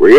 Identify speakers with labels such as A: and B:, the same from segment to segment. A: we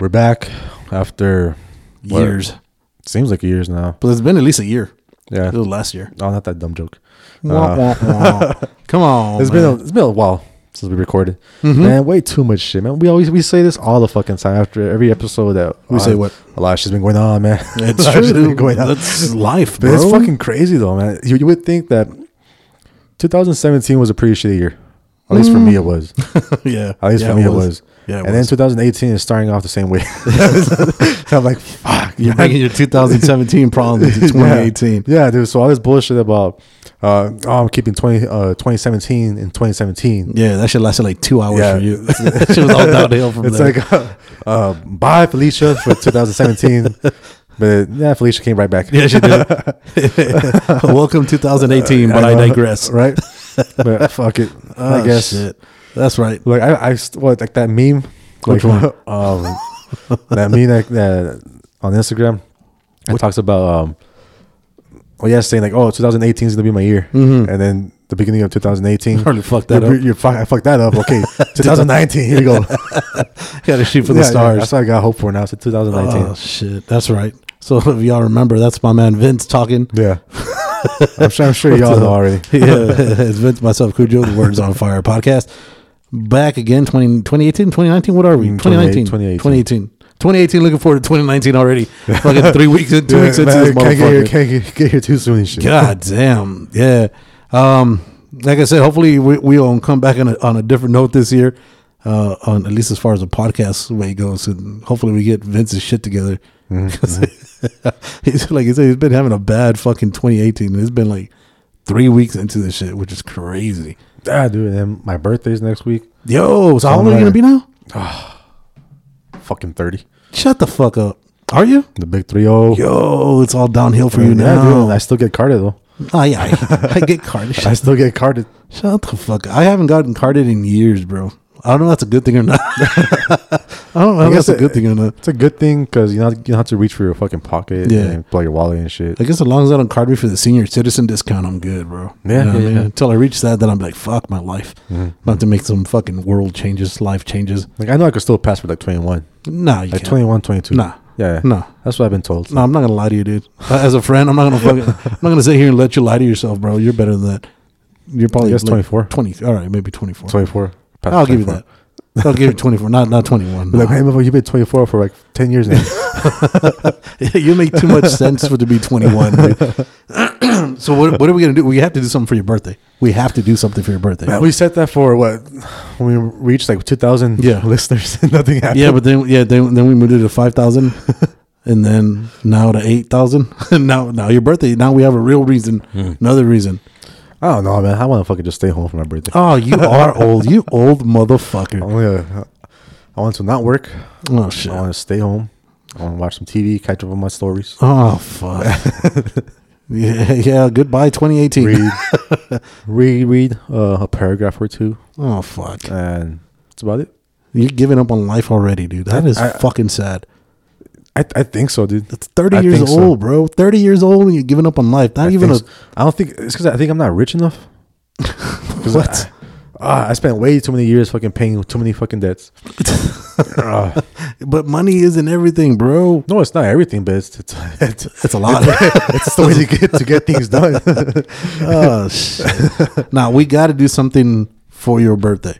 B: We're back after what
C: years.
B: Seems like years now.
C: But it's been at least a year.
B: Yeah.
C: It was last year.
B: Oh, not that dumb joke.
C: Wah, wah, wah. Come on. Mm-hmm.
B: It's been a, it's been a while since we recorded. Man, way too much shit, man. We always we say this all the fucking time after every episode that
C: We say what?
B: a lot of shit's been going on, man.
C: it's
B: A lot of shit's
C: true.
B: been going on.
C: That's life,
B: But
C: bro.
B: it's fucking crazy though, man. You, you would think that 2017 was a pretty shitty year. At least for me, it was.
C: yeah.
B: At least
C: Mm. yeah,
B: for me, it was.
C: Yeah, it
B: and
C: was.
B: then 2018 is starting off the same way. I'm like, fuck.
C: You're bringing your 2017 problems to
B: Yeah.
C: 2018.
B: Yeah, dude. So all this bullshit about uh, oh, I'm keeping 20, uh, 2017 in 2017.
C: Yeah, that shit lasted like two hours
B: Yeah.
C: for you. that shit was all downhill from
B: It's
C: there.
B: like, uh, uh, bye, Felicia, for 2017. but yeah, Felicia came right back.
C: yeah, she did. Welcome 2018, but I,
B: know,
C: digress.
B: Uh, Right? but fuck it. I
C: Oh,
B: guess.
C: shit. That's right.
B: Like, I, I st- what, like that meme?
C: Which
B: like, um, that meme that, that on Instagram it talks about, um, well, yeah, saying like, oh, 2018 is going to be my year.
C: Mm-hmm.
B: And then the beginning of 2018.
C: Hardly fucked that
B: you're,
C: up.
B: You're, fuck- I fucked that up. Okay, 2019. Here we go.
C: Got to shoot for
B: Yeah, yeah,
C: the stars.
B: that's what I got hope for now. It's 2019.
C: Oh shit, that's right. So if y'all remember, that's my man Vince talking.
B: yeah, I'm sure, I'm sure y'all know already.
C: yeah, it's Vince, myself, Cujo, the Words on Fire podcast. Back again, 20, 2018, 2019, what are we?
B: Mm,
C: 2019.
B: 2018.
C: 2018. 2018, looking forward to 2019 already. Fucking three weeks, in, two
B: Yeah,
C: weeks into
B: man,
C: this
B: can't get here,
C: motherfucker.
B: can't get, get here too soon. and Shit.
C: God damn. Yeah. Um, like I said, hopefully we, we'll come back on a, on a different note this year, uh, on at least as far as the podcast way goes. And hopefully we get Vince's shit together.
B: Mm-hmm.
C: 'Cause he's, like you said, he's been having a bad fucking 2018. It's been like three weeks into this shit, which is crazy.
B: Ah, dude. And then my birthday's next week.
C: Yo, so how old are you going to be now?
B: Fucking 30.
C: Shut the fuck up. Are you?
B: The big 30. Yeah,
C: Yo, it's all downhill for you
B: Oh. dude.
C: now.
B: I still get carded though.
C: oh, yeah. I, I get carded.
B: I still get carded.
C: Shut the fuck up. I haven't gotten carded in years, bro. I don't know if that's a good thing or not. I don't know if
B: guess
C: that's a
B: it-
C: good thing or not.
B: It's a good thing because you not you don't have to reach for your fucking pocket.
C: Yeah.
B: and plug your wallet and shit.
C: I guess as long as I don't card me for the senior citizen discount, I'm good, bro.
B: Yeah,
C: what
B: yeah,
C: I mean?
B: yeah. Mm-hmm.
C: Until I reach that, then I'm like, fuck my life. I'm about to make some fucking world changes, life changes.
B: Like I know I could still pass for like 21,
C: Nah, you
B: like
C: can't.
B: 21, 22.
C: Nah.
B: Yeah.
C: Nah.
B: That's what I've been told.
C: No, I'm not gonna lie to you, dude. Uh, As a friend, I'm not gonna fucking, I'm not gonna sit here and let you lie to yourself, bro. You're better than that. You're probably
B: I guess 24.
C: 20. All right, maybe 24.
B: 24. Pass
C: I'll give you
B: 24.
C: that. I'll give you 24. Not not 21.
B: Be like,
C: Nah.
B: hey, motherfucker, you've been 24 for like 10 years now.
C: you make too much sense for it to be 21. dude. so what, what are we gonna do? We have to do something for your birthday. We have to do something for your birthday.
B: we set that for what? When we reached like 2,000
C: Yeah.
B: listeners and nothing happened.
C: yeah, but then yeah, then, then we moved it to five thousand, and then now to eight thousand. now now your birthday. Now we have a real reason, another reason.
B: I don't know, man. I want to fucking just stay home for my birthday.
C: Oh, you are old. You old
B: I,
C: motherfucker.
B: only, uh, I want to not work.
C: Oh shit.
B: I want to stay home. I want to watch some TV, catch up on my stories,
C: Oh fuck. yeah, yeah. Goodbye, 2018.
B: read, reread uh, a paragraph or two,
C: Oh fuck.
B: and that's about it.
C: You're giving up on life already, dude. That is
B: I-
C: fucking sad.
B: I, I think so, dude.
C: That's 30
B: I
C: years
B: think
C: old,
B: so.
C: bro. 30 years old and you're giving up on life. Not
B: I,
C: even
B: think
C: a
B: so. I don't think it's because I think I'm not rich enough. 'Cause
C: What?
B: I, ah, I spent way too many years fucking paying too many fucking debts. Ah.
C: but money isn't everything, bro.
B: no, it's not everything, but it's it's, it's,
C: It's a lot.
B: it's the way to get to get things done.
C: oh shit. Now we got to do something for your birthday.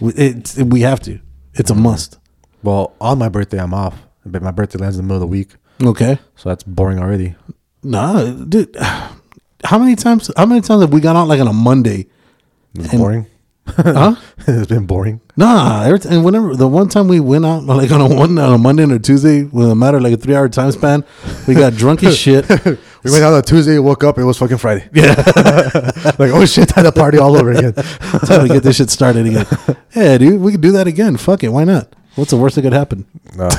C: We, it's we have to. It's a must.
B: well, on my birthday, I'm off, but my birthday lands in the middle of the week,
C: Okay.
B: so that's boring already.
C: Nah, dude. How many times? How many times have we gone out like on a Monday?
B: It's
C: And-
B: boring.
C: Huh?
B: it's been boring.
C: Nah, every t- and whenever the one time we went out like on a one on a Monday and a Tuesday with a matter of, like a three hour time span, we got drunk as shit.
B: We went out on Tuesday, woke up, it was fucking Friday.
C: Yeah,
B: Like, oh shit, had a party all over again.
C: time to get this shit started again. Yeah, dude, we could do that again. Fuck it, why not? What's the worst that could happen?
B: No.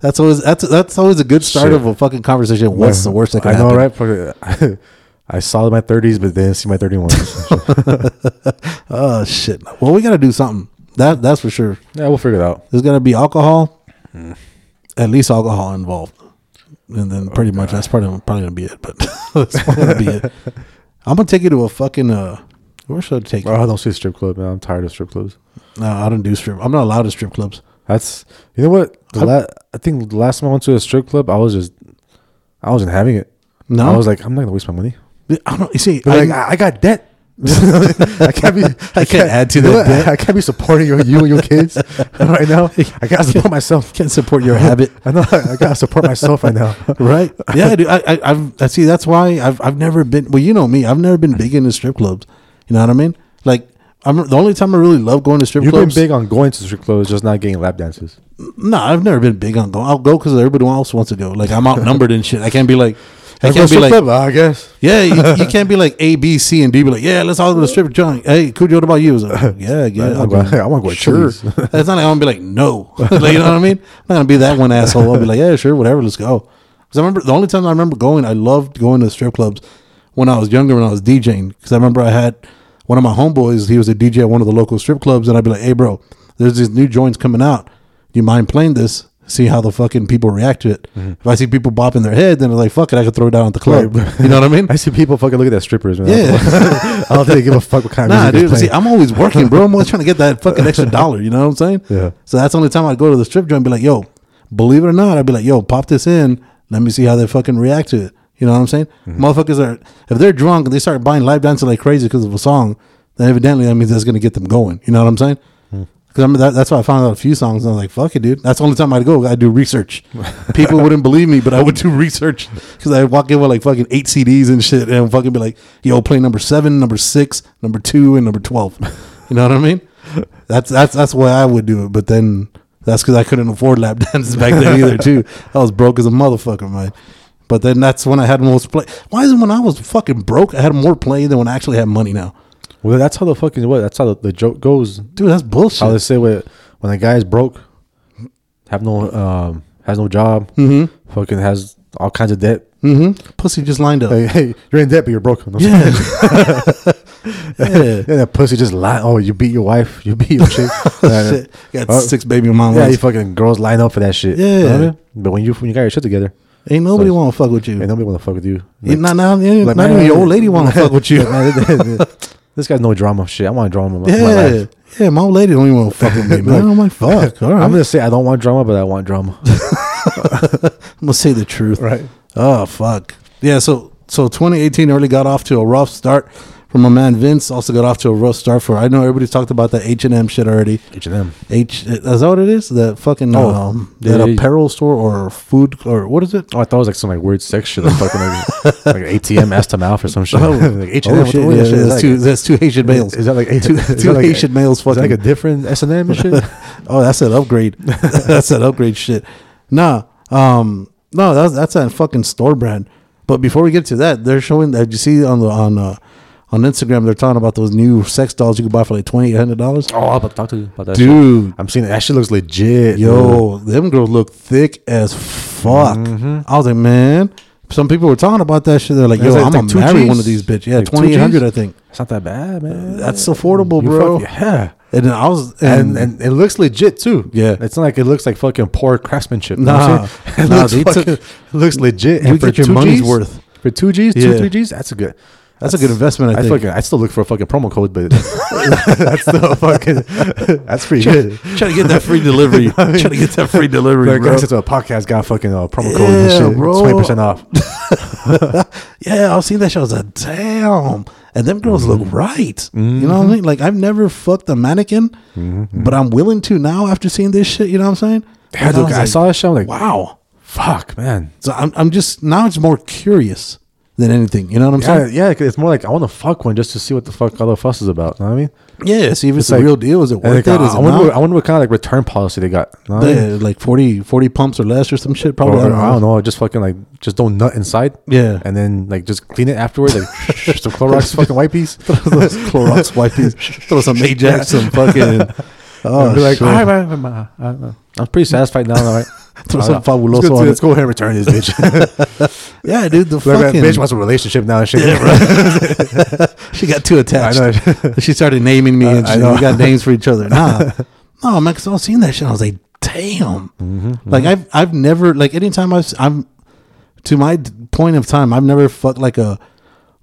C: That's always that's that's always a good start
B: Shit.
C: of a fucking conversation. What's the worst that could
B: I
C: happen?
B: know, right? Fuck, I saw my 30s, but didn't see my 31s.
C: Oh shit. Well, we got to do something. That that's for sure.
B: yeah, we'll figure it out.
C: There's gonna be alcohol,
B: Hmm.
C: at least alcohol involved, and then pretty much that's probably probably gonna be it. But that's probably gonna be it. I'm gonna take you to a fucking uh. Where should I take you?
B: Oh, I don't see a strip club, man. I'm tired of strip clubs.
C: No, I don't do strip. I'm not allowed to strip clubs.
B: That's you know what the
C: I'm-
B: la- I think the last time I went to a strip club, I was just I wasn't having it.
C: No,
B: I was like, I'm not gonna waste my money.
C: I don't. You see,
B: But
C: I,
B: like, ah. I, I got debt. I can't be. I can't,
C: add to
B: you know
C: that
B: what?
C: debt.
B: I can't be supporting you, you and your kids right now. I gotta support myself.
C: can't support your habit.
B: I know. I gotta support myself right now.
C: right? Yeah, dude. I, I, I've, I see. That's why I've, I've never been. Well, you know me. I've never been big into strip clubs. You know what I mean? Like, I'm the only time I really love going to strip
B: You've been
C: clubs.
B: big on going to strip clubs, just not getting lap dances.
C: No, I've never been big on going. I'll go because everybody else wants to go. Like, I'm outnumbered and shit. I can't be like, I can't be like,
B: I guess.
C: yeah, you, you can't be like A, B, C, and D. Be like, yeah, let's all go to the strip joint. Hey, Cujo, what about you? I was like, yeah, yeah,
B: I'll go- I wanna go to
C: Sure.
B: Chili's.
C: It's not like I'm gonna be like, no. like, you know what I mean? I'm not gonna be that one asshole. I'll be like, yeah, sure, whatever, let's go. Because I remember the only time I remember going, I loved going to strip clubs when I was younger when I was DJing. Because I remember I had one of my homeboys. He was a DJ at one of the local strip clubs, and I'd be like, hey, bro, there's these new joints coming out. Do you mind playing this? See how the fucking people react to it.
B: Mm-hmm.
C: If I see people bopping their head, then I'm like, fuck it, I could throw it down at the club.
B: Right.
C: You know what I mean?
B: I see people fucking looking at strippers, man.
C: Yeah.
B: I don't think they give a fuck what kind of
C: Nah,
B: music
C: dude.
B: they're
C: See,
B: playing.
C: I'm always working, bro. I'm always trying to get that fucking extra dollar. You know what I'm saying?
B: Yeah.
C: So that's the only time I'd go to the strip joint and be like, yo, believe it or not, I'd be like, yo, pop this in. Let me see how they fucking react to it. You know what I'm saying? Motherfuckers are, if they're drunk and they start buying live dancing like crazy because of a song, then evidently that means that's going to get them going. You know what I'm saying? Because I mean, that, that's why I found out a few songs and I was like, fuck it, dude. That's the only time I'd go. I'd do research. People wouldn't believe me, but I would do research because I'd walk in with like fucking eight CDs and shit and fucking be like, yo, play number seven, number six, number two, and number 12. You know what I mean? That's that's that's why I would do it. But then that's because I couldn't afford lap dances back then either. Too, I was broke as a motherfucker, man. But then that's when I had most play. Why is it when I was fucking broke, I had more play than when I actually had money now?
B: Well, that's how the fucking what? That's how the, the joke goes.
C: Dude, that's bullshit.
B: How they say what, when a guy is broke, have no um, has no job,
C: Mm-hmm.
B: fucking has all kinds of debt.
C: Pussy just lined up.
B: Hey, hey, you're in debt, but you're broke.
C: Yeah. yeah.
B: Yeah, that pussy just lie. Oh, you beat your wife, you beat your chick. yeah,
C: Oh, Shit. Got
B: Oh.
C: six baby mamas.
B: you fucking girls line up for that shit. You know what I
C: Yeah.
B: mean? But when you when you got your shit together,
C: Ain't nobody
B: So-
C: want to fuck with you.
B: ain't nobody wanna fuck with you.
C: Yeah, not now. yeah,
B: like,
C: not
B: man,
C: even your old lady want to fuck with you.
B: man, this guy's no drama shit. I want drama. in my- my
C: Yeah.
B: life.
C: Yeah, my old lady don't even want to fuck with me, man. I'm like, fuck. All right.
B: I'm gonna say I don't want drama, but I want drama.
C: I'm gonna say the truth.
B: Right.
C: Oh fuck. Yeah. So so 2018 really got off to a rough start from my man Vince. Also got off to a rough start for. I know everybody's talked about that H and M shit already.
B: H and M.
C: H is that what it is? That fucking
B: Oh,
C: um,
B: yeah,
C: that
B: yeah.
C: apparel store or food or what is it?
B: Oh, I thought it was like some like weird sex shit, like fucking like, like an ATM asked him out for some shit. like H&M,
C: Oh,
B: what the-
C: shit,
B: what the
C: yeah,
B: shit is that?
C: that's two. That's two Haitian males.
B: Is that like
C: two,
B: is
C: two
B: that like-
C: Haitian males?
B: Is that
C: Fucking
B: like a different S and M shit?
C: oh, that's an upgrade. that's an upgrade shit. Nah, um, no, that's that's a fucking store brand. But before we get to that, they're showing that you see on the on uh, on Instagram, they're talking about those new sex dolls you can buy for like twenty eight hundred dollars.
B: Oh, I'm about to talk to you about that. shit.
C: Dude,
B: I'm seeing it. that shit looks legit. dude.
C: yo, them girls look thick as fuck.
B: Mm-hmm.
C: I was like, man. Some people were talking about that shit. They're like,
B: It's like-
C: yo, I'm
B: it's
C: gonna
B: like two
C: marry
B: Gs?
C: one of these bitches. Yeah,
B: Like two
C: twenty eight hundred,
B: Gs?
C: I think.
B: it's not that bad, man.
C: That's affordable,
B: You
C: bro.
B: fuck- yeah,
C: And then I was
B: and, and it looks legit too.
C: Yeah.
B: it's not like it looks like fucking poor craftsmanship. you
C: Nah.
B: know what I'm saying? it
C: Nah,
B: looks
C: they took-
B: fucking, it looks legit.
C: You get your
B: two
C: money's worth.
B: for two Gs,
C: Yeah.
B: two three Gs. That's a good.
C: That's a good investment, I think.
B: fucking, I still look for a fucking promo code, but that's still fucking. That's pretty good.
C: trying to get that free delivery. trying to get that free delivery,
B: Like,
C: bro.
B: I said to a podcast, got fucking uh, promo code and
C: Yeah,
B: shit,
C: bro.
B: twenty percent off.
C: Yeah, I've seen that show. I was like, damn. And them girls
B: Mm-hmm.
C: look right. You know what I mean? Like, I've never fucked a mannequin, but I'm willing to now after seeing this shit. You know what I'm saying?
B: Mm-hmm. Yeah,
C: And
B: dude,
C: was
B: I
C: like,
B: saw that shit. I'm like,
C: Wow.
B: fuck, man.
C: So I'm, I'm just, now it's more curious than anything. You know what I'm
B: Yeah,
C: saying?
B: yeah, 'cause it's more like I want to fuck one just to see what the fuck all the fuss is about. You know what I mean?
C: Yeah, see if it's,
B: It's
C: a
B: like-
C: real deal. Is
B: And
C: it worth
B: like,
C: it?
B: uh,
C: Is
B: I
C: it
B: wonder, what, I
C: not?
B: wonder what kind of like return policy they got. you know what I mean?
C: Yeah, like 40, 40 pumps or less or some shit.
B: Or,
C: Probably. I don't know.
B: I don't know, just fucking like just don't nut inside.
C: Yeah.
B: and then like just clean it afterwards, like some Clorox fucking wipe piece.
C: Throw those Clorox wipes. Throw some Ajax, some fucking Oh,
B: I'd be like,
C: shit.
B: all right, man, man, man, I don't know. I'm uh, pretty satisfied now. All right.
C: Throw
B: All
C: some
B: right.
C: fabuloso
B: Let's go,
C: on
B: let's
C: it.
B: go ahead and return this bitch.
C: Yeah, dude, the
B: Like, that
C: fucking
B: bitch wants a relationship now. And shit.
C: she got too
B: I
C: attached.
B: know.
C: she started naming me,
B: I-
C: and
B: I
C: she-
B: know.
C: we got names for each other. Nah, no, man, because I was seeing that shit. I was like, damn.
B: Mm-hmm,
C: Like I've I've never like anytime I've s- I'm to my d- point of time, I've never fucked like a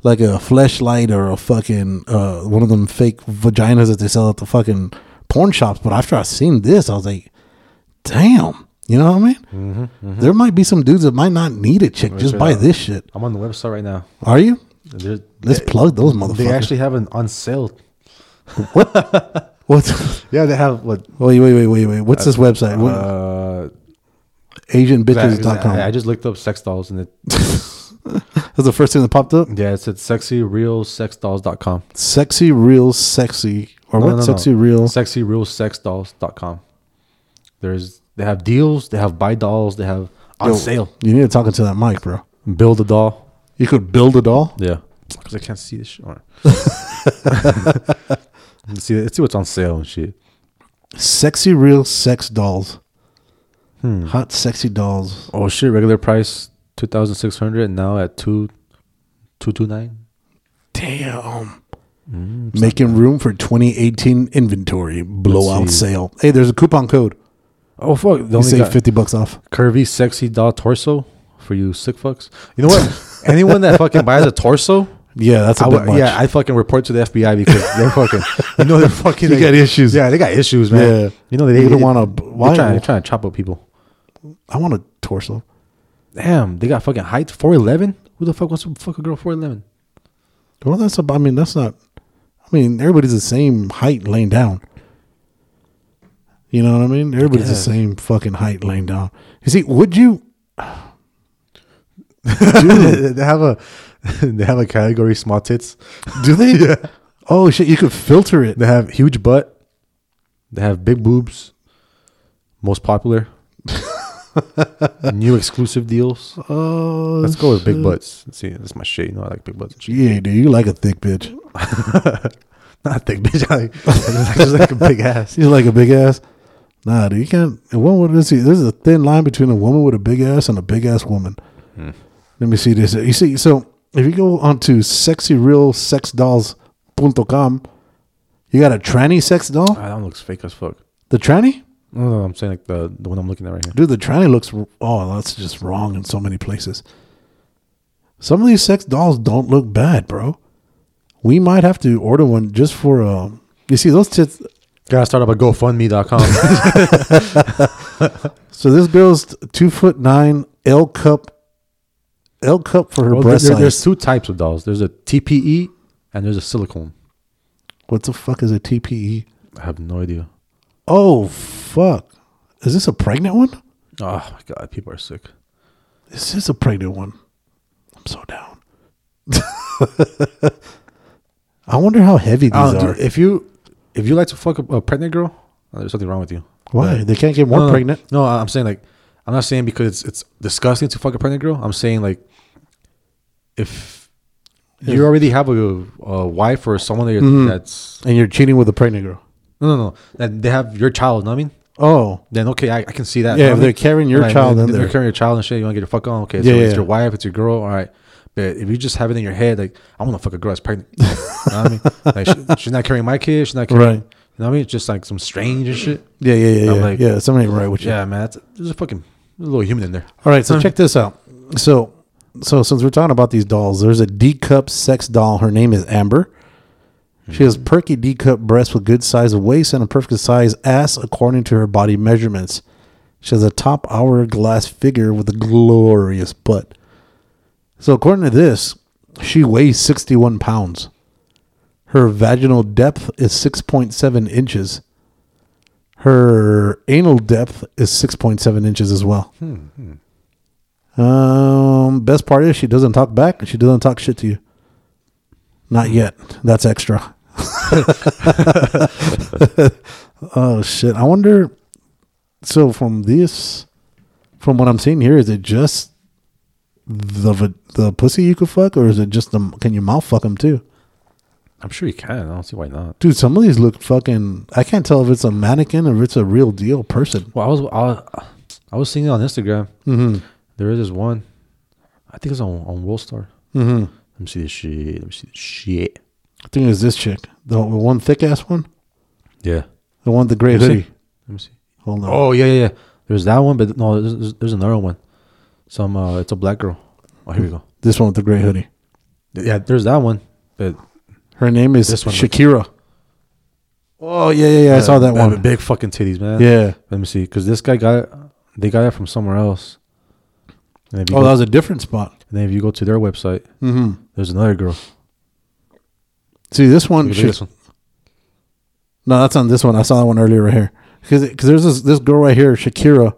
C: like a fleshlight or a fucking uh one of them fake vaginas that they sell at the fucking porn shops. But after I seen this, I was like, damn. You know what I mean?
B: Mm-hmm,
C: There might be some dudes that might not need a chick. Just
B: check it
C: buy
B: out.
C: this shit.
B: I'm on the website right now.
C: Are you?
B: They're-
C: Let's
B: they-
C: plug those motherfuckers.
B: They actually have an on sale.
C: what?
B: Yeah, they have what?
C: Wait, wait, wait, wait, wait. What's this website? What,
B: Uh, I, I
C: AsianBitches.com.
B: just looked up sex dolls and it.
C: That's the first thing that popped up.
B: Yeah, it said sexyrealsexdolls.com.
C: Sexy, real, sexy. Or
B: No,
C: what?
B: no, no, no.
C: sexy, real.
B: sexyrealsexdolls.com. There's they have deals, they have buy dolls, they have on
C: Yo,
B: sale.
C: You need to talk into that mic, bro.
B: Build a doll.
C: You could build a doll.
B: Yeah. Because I can't see this shit. Alright. let's see let's see what's on sale and shit.
C: Sexy, real, sex dolls.
B: Hmm.
C: Hot, sexy dolls.
B: Oh shit, regular price two thousand six hundred and now at two two two nine.
C: Damn. Mm, Making room for 2018 inventory blowout
B: see.
C: sale. Hey, there's a coupon code.
B: Oh fuck. They
C: You
B: only
C: save
B: got
C: 50 bucks off.
B: curvy sexy doll torso for you sick fucks. You know what? Anyone that fucking buys a torso
C: Yeah, that's a
B: I
C: bit
B: would-
C: much.
B: yeah, I fucking report to the FBI because they're fucking, you know, they're fucking.
C: They got issues.
B: Yeah, they got issues, man.
C: Yeah.
B: you know, they,
C: You
B: they
C: don't
B: don't
C: wanna-
B: want to.
C: why-
B: Why? Trying, they're trying to chop up people.
C: I want a torso.
B: Damn, they got fucking height four eleven. Who the fuck wants to fuck a girl four eleven?
C: Well, that's about, I mean, that's not. I mean, everybody's the same height laying down. You know what I mean? Everybody's the
B: guess.
C: same fucking height laying down. You see, would you?
B: they have a, they have a category small tits.
C: Do they? Oh shit! You could filter it.
B: They have huge butt. They have big boobs. Most popular. New exclusive deals.
C: Oh,
B: Let's go with big butts. Let's see, that's my shit. You know, I like big butts. and shit.
C: yeah, dude, you like a thick bitch.
B: Not a thick bitch. I like, I just like a big ass.
C: You like a big ass. Nah, dude, you can't. And what would this? There's a thin line between a woman with a big ass and a big ass woman. Let me see this. You see, so if you go onto sexyrealsexdolls.com, you got a tranny sex doll.
B: Ah, that one looks fake as fuck.
C: The tranny?
B: No, no, I'm saying like the the one I'm looking at right here.
C: Dude, the tranny looks. Oh, that's just wrong in so many places. Some of these sex dolls don't look bad, bro. We might have to order one just for. Um, you see, those tits.
B: Gotta start up a GoFundMe.com.
C: So this girl's two foot nine, L cup, L cup for her
B: well, there,
C: breast
B: there- there's
C: size.
B: two types of dolls. There's a TPE and there's a silicone.
C: What the fuck is a TPE?
B: I have no idea.
C: Oh fuck! Is this a pregnant one?
B: Oh my god, people are sick.
C: This is a pregnant one. I'm so down. I wonder how heavy these are.
B: if you if you like to fuck a, a pregnant girl, uh, there's something wrong with you.
C: Why
B: But-
C: they can't get more
B: No, no,
C: pregnant?
B: No, I- I'm saying like I'm not saying because it's it's disgusting to fuck a pregnant girl. I'm saying like if you already have a, a wife or someone that you're,
C: Mm-hmm.
B: that's
C: and you're cheating with a pregnant girl.
B: no no no that they have your child. know what I mean.
C: Oh,
B: then okay, I, I can see that.
C: Yeah,
B: You know
C: if
B: what I
C: they're
B: mean?
C: carrying your
B: Right,
C: child
B: if
C: in there.
B: They're carrying your child and shit. You want to get your fuck on? Okay, so
C: Yeah,
B: it's
C: yeah.
B: your wife, it's your girl. All right, but if you just have it in your head, like I want to fuck a girl that's pregnant. you know what I mean, like she, she's not carrying my kid. She's not carrying.
C: Right.
B: You know what I mean? It's just like some strange and shit.
C: yeah, yeah, yeah,
B: I'm
C: yeah.
B: like-
C: yeah, something ain't right with you.
B: Yeah, man. That's, there's a fucking there's a little human in there.
C: All right, so check this out. So, so since we're talking about these dolls, there's a D cup sex doll. Her name is Amber. She has perky D cup breasts with good size of waist and a perfect size ass according to her body measurements. She has a top hourglass figure with a glorious butt. So according to this, she weighs 61 pounds. Her vaginal depth is 6.7 inches. Her anal depth is 6.7 inches as well. Um, best part is she doesn't talk back and she doesn't talk shit to you. Not yet. That's extra. oh shit. I wonder so from this from what I'm seeing here is it just the va- the pussy you could fuck or is it just the can you mouth fuck them too?
B: I'm sure you can. I don't see why not.
C: Dude, some of these look fucking. I can't tell if it's a mannequin or if it's a real deal person.
B: Well, I was I was, I was seeing it on Instagram. There is this one. I think it's on on Worldstar.
C: Mm-hmm.
B: Let me see this shit. Let me see this shit.
C: I think it was this chick, the, the one thick ass one,
B: Yeah.
C: the one with the gray
B: Let me
C: hoodie.
B: see. Let me see.
C: Hold on.
B: Oh yeah, yeah, yeah. There's that one, but no, there's, there's- there's another one. Some uh, it's a black girl. Oh, here we go.
C: This one with the gray hoodie.
B: Yeah, there's that one, but
C: Her name is
B: This one.
C: Shakira. Oh yeah, yeah, yeah. I saw that
B: They have
C: one.
B: Big fucking titties, man.
C: Yeah.
B: Let me see, because this guy got it. They got it from somewhere else. And if you
C: Oh,
B: go,
C: that was a different spot.
B: and then if you go to their website,
C: Mm-hmm.
B: there's another girl.
C: See this one.
B: Look at
C: she-
B: this one.
C: No, that's on this one. I saw that one earlier right here. Because there's this this girl right here, Shakira,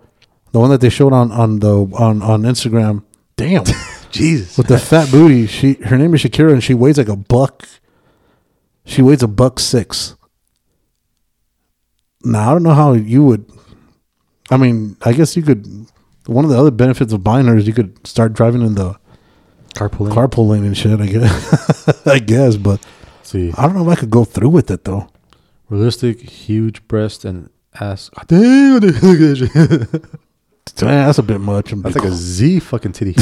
C: the one that they showed on on the on on Instagram. Damn,
B: Jesus.
C: with the fat booty. She her name is Shakira, and she weighs like a buck. She weighs a buck six. Now I don't know how you would. I mean, I guess you could. One of the other benefits of buying her is you could start driving in the
B: Carpooling.
C: carpool lane and shit. I guess. I guess, but
B: see,
C: I don't know if I could go through with it though.
B: realistic, huge breast and ass. God damn, dude, look at that shit.
C: Damn, that's a bit much.
B: That's like a Z fucking titty.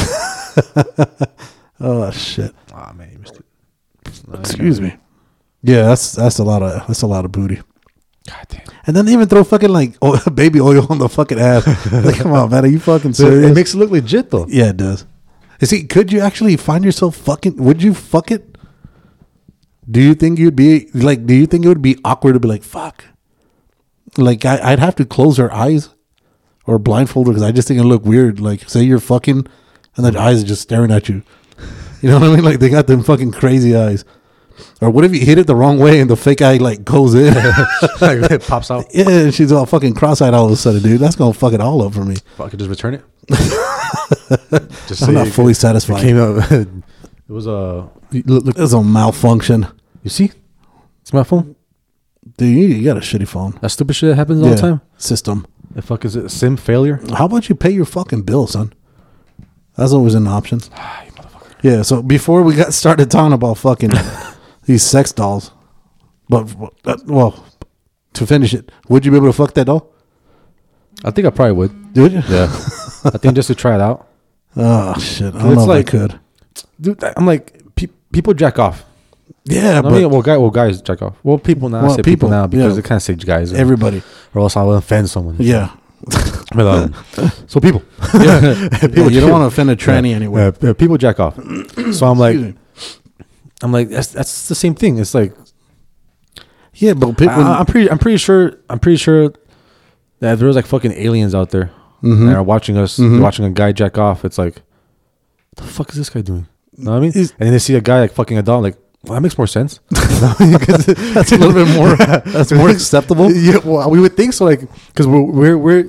C: Oh shit!
B: Ah man, you missed it.
C: Excuse me. Yeah, that's that's a lot of that's a lot of booty.
B: God damn.
C: And then they even throw fucking like o baby oil on the fucking ass. like, come on, man, are you fucking
B: So
C: serious?
B: it makes it look legit though.
C: yeah, it does. You see, could you actually find yourself fucking? Would you fuck it? Do you think you'd be like? Do you think it would be awkward to be like, fuck? Like I, I'd have to close her eyes or blindfold her because I just think it look weird. Like, say you're fucking, and the eyes are just staring at you. You know what I mean? Like they got them fucking crazy eyes. Or what if you hit it the wrong way and the fake eye like goes in?
B: like, it pops out.
C: yeah, and she's all fucking cross-eyed all of a sudden, dude. That's gonna fuck it all up for me.
B: Fuck, I could just return it. just
C: I'm
B: say
C: not
B: it-
C: fully
B: It
C: satisfied.
B: came out. it was a. Uh, look, look,
C: It was a malfunction.
B: you see, it's my phone.
C: Dude, you, you got a shitty phone.
B: That stupid shit happens all
C: Yeah,
B: the time.
C: System.
B: The fuck is it? Sim failure.
C: How about you pay your fucking bill, son? That's always an option.
B: Ah, you motherfucker.
C: Yeah, so before we got started talking about fucking these sex dolls, but, uh, well, to finish it, would you be able to fuck that doll?
B: I think I probably would.
C: Dude?
B: Yeah. I think just to try it out,
C: Oh, shit. I don't
B: It's
C: know
B: like-
C: if I could.
B: dude. I'm like pe- people jack off.
C: Yeah,
B: I
C: but
B: mean, well, guy, well, guys jack off. Well, people now I
C: Well,
B: say people,
C: people,
B: now because
C: yeah.
B: they can't say guys, uh,
C: everybody.
B: or else I'll offend someone.
C: Yeah.
B: But, um, so people,
C: Yeah. Yeah, you don't want to offend a tranny
B: Yeah.
C: anyway.
B: Yeah, people jack off. So I'm like,
C: Excuse me.
B: I'm like, that's that's the same thing. It's like
C: Yeah, but people.
B: I, I'm pretty. I'm pretty sure. I'm pretty sure that there was like fucking aliens out there that are watching us, they're watching a guy jack off. It's like, the fuck is this guy doing? You know what I mean?
C: Is-
B: and then they see a guy like fucking a dog. Like well, that makes more sense.
C: that's a little bit more. That's more acceptable.
B: yeah, well, we would think so. Like because we're, we're we're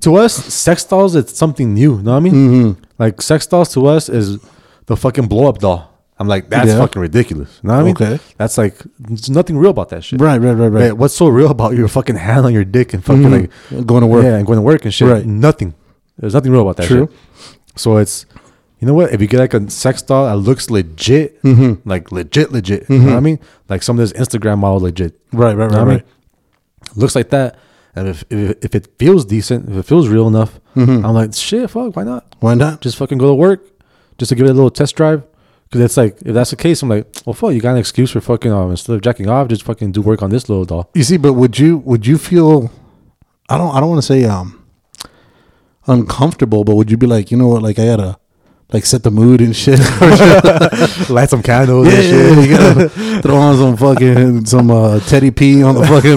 B: to us sex dolls, it's something new. You know what I mean?
C: Mm-hmm.
B: Like sex dolls to us is the fucking blow up doll. I'm like, that's
C: Yeah.
B: fucking ridiculous. You know what I mean?
C: Okay.
B: That's like, there's nothing real about that shit.
C: Right, right, right, right.
B: Like, what's so real about your fucking hand on your dick and fucking
C: Mhm.
B: like
C: Going to work.
B: yeah and going to work and shit?
C: Right.
B: Nothing. There's nothing real about that.
C: True.
B: Shit. So it's you know what? If you get like a sex doll that looks legit,
C: Mm-hmm.
B: like legit, legit. You know what I mean? Like some of this Instagram model legit.
C: Right, right,
B: You know
C: right,
B: what I
C: right.
B: mean? Looks like that. And if, if if it feels decent, if it feels real enough, I'm like, shit, fuck, why not?
C: Why not?
B: Just fucking go to work, just to give it a little test drive. Because it's like, if that's the case, I'm like, well, fuck, you got an excuse for fucking, um, instead of jacking off, just fucking do work on this little doll.
C: You see, but would you would you feel? I don't. I don't want to say um uncomfortable, but would you be like, you know what? Like I gotta like set the mood and shit.
B: light some candles
C: yeah,
B: and shit.
C: you gotta throw on some fucking some uh, Teddy P on the fucking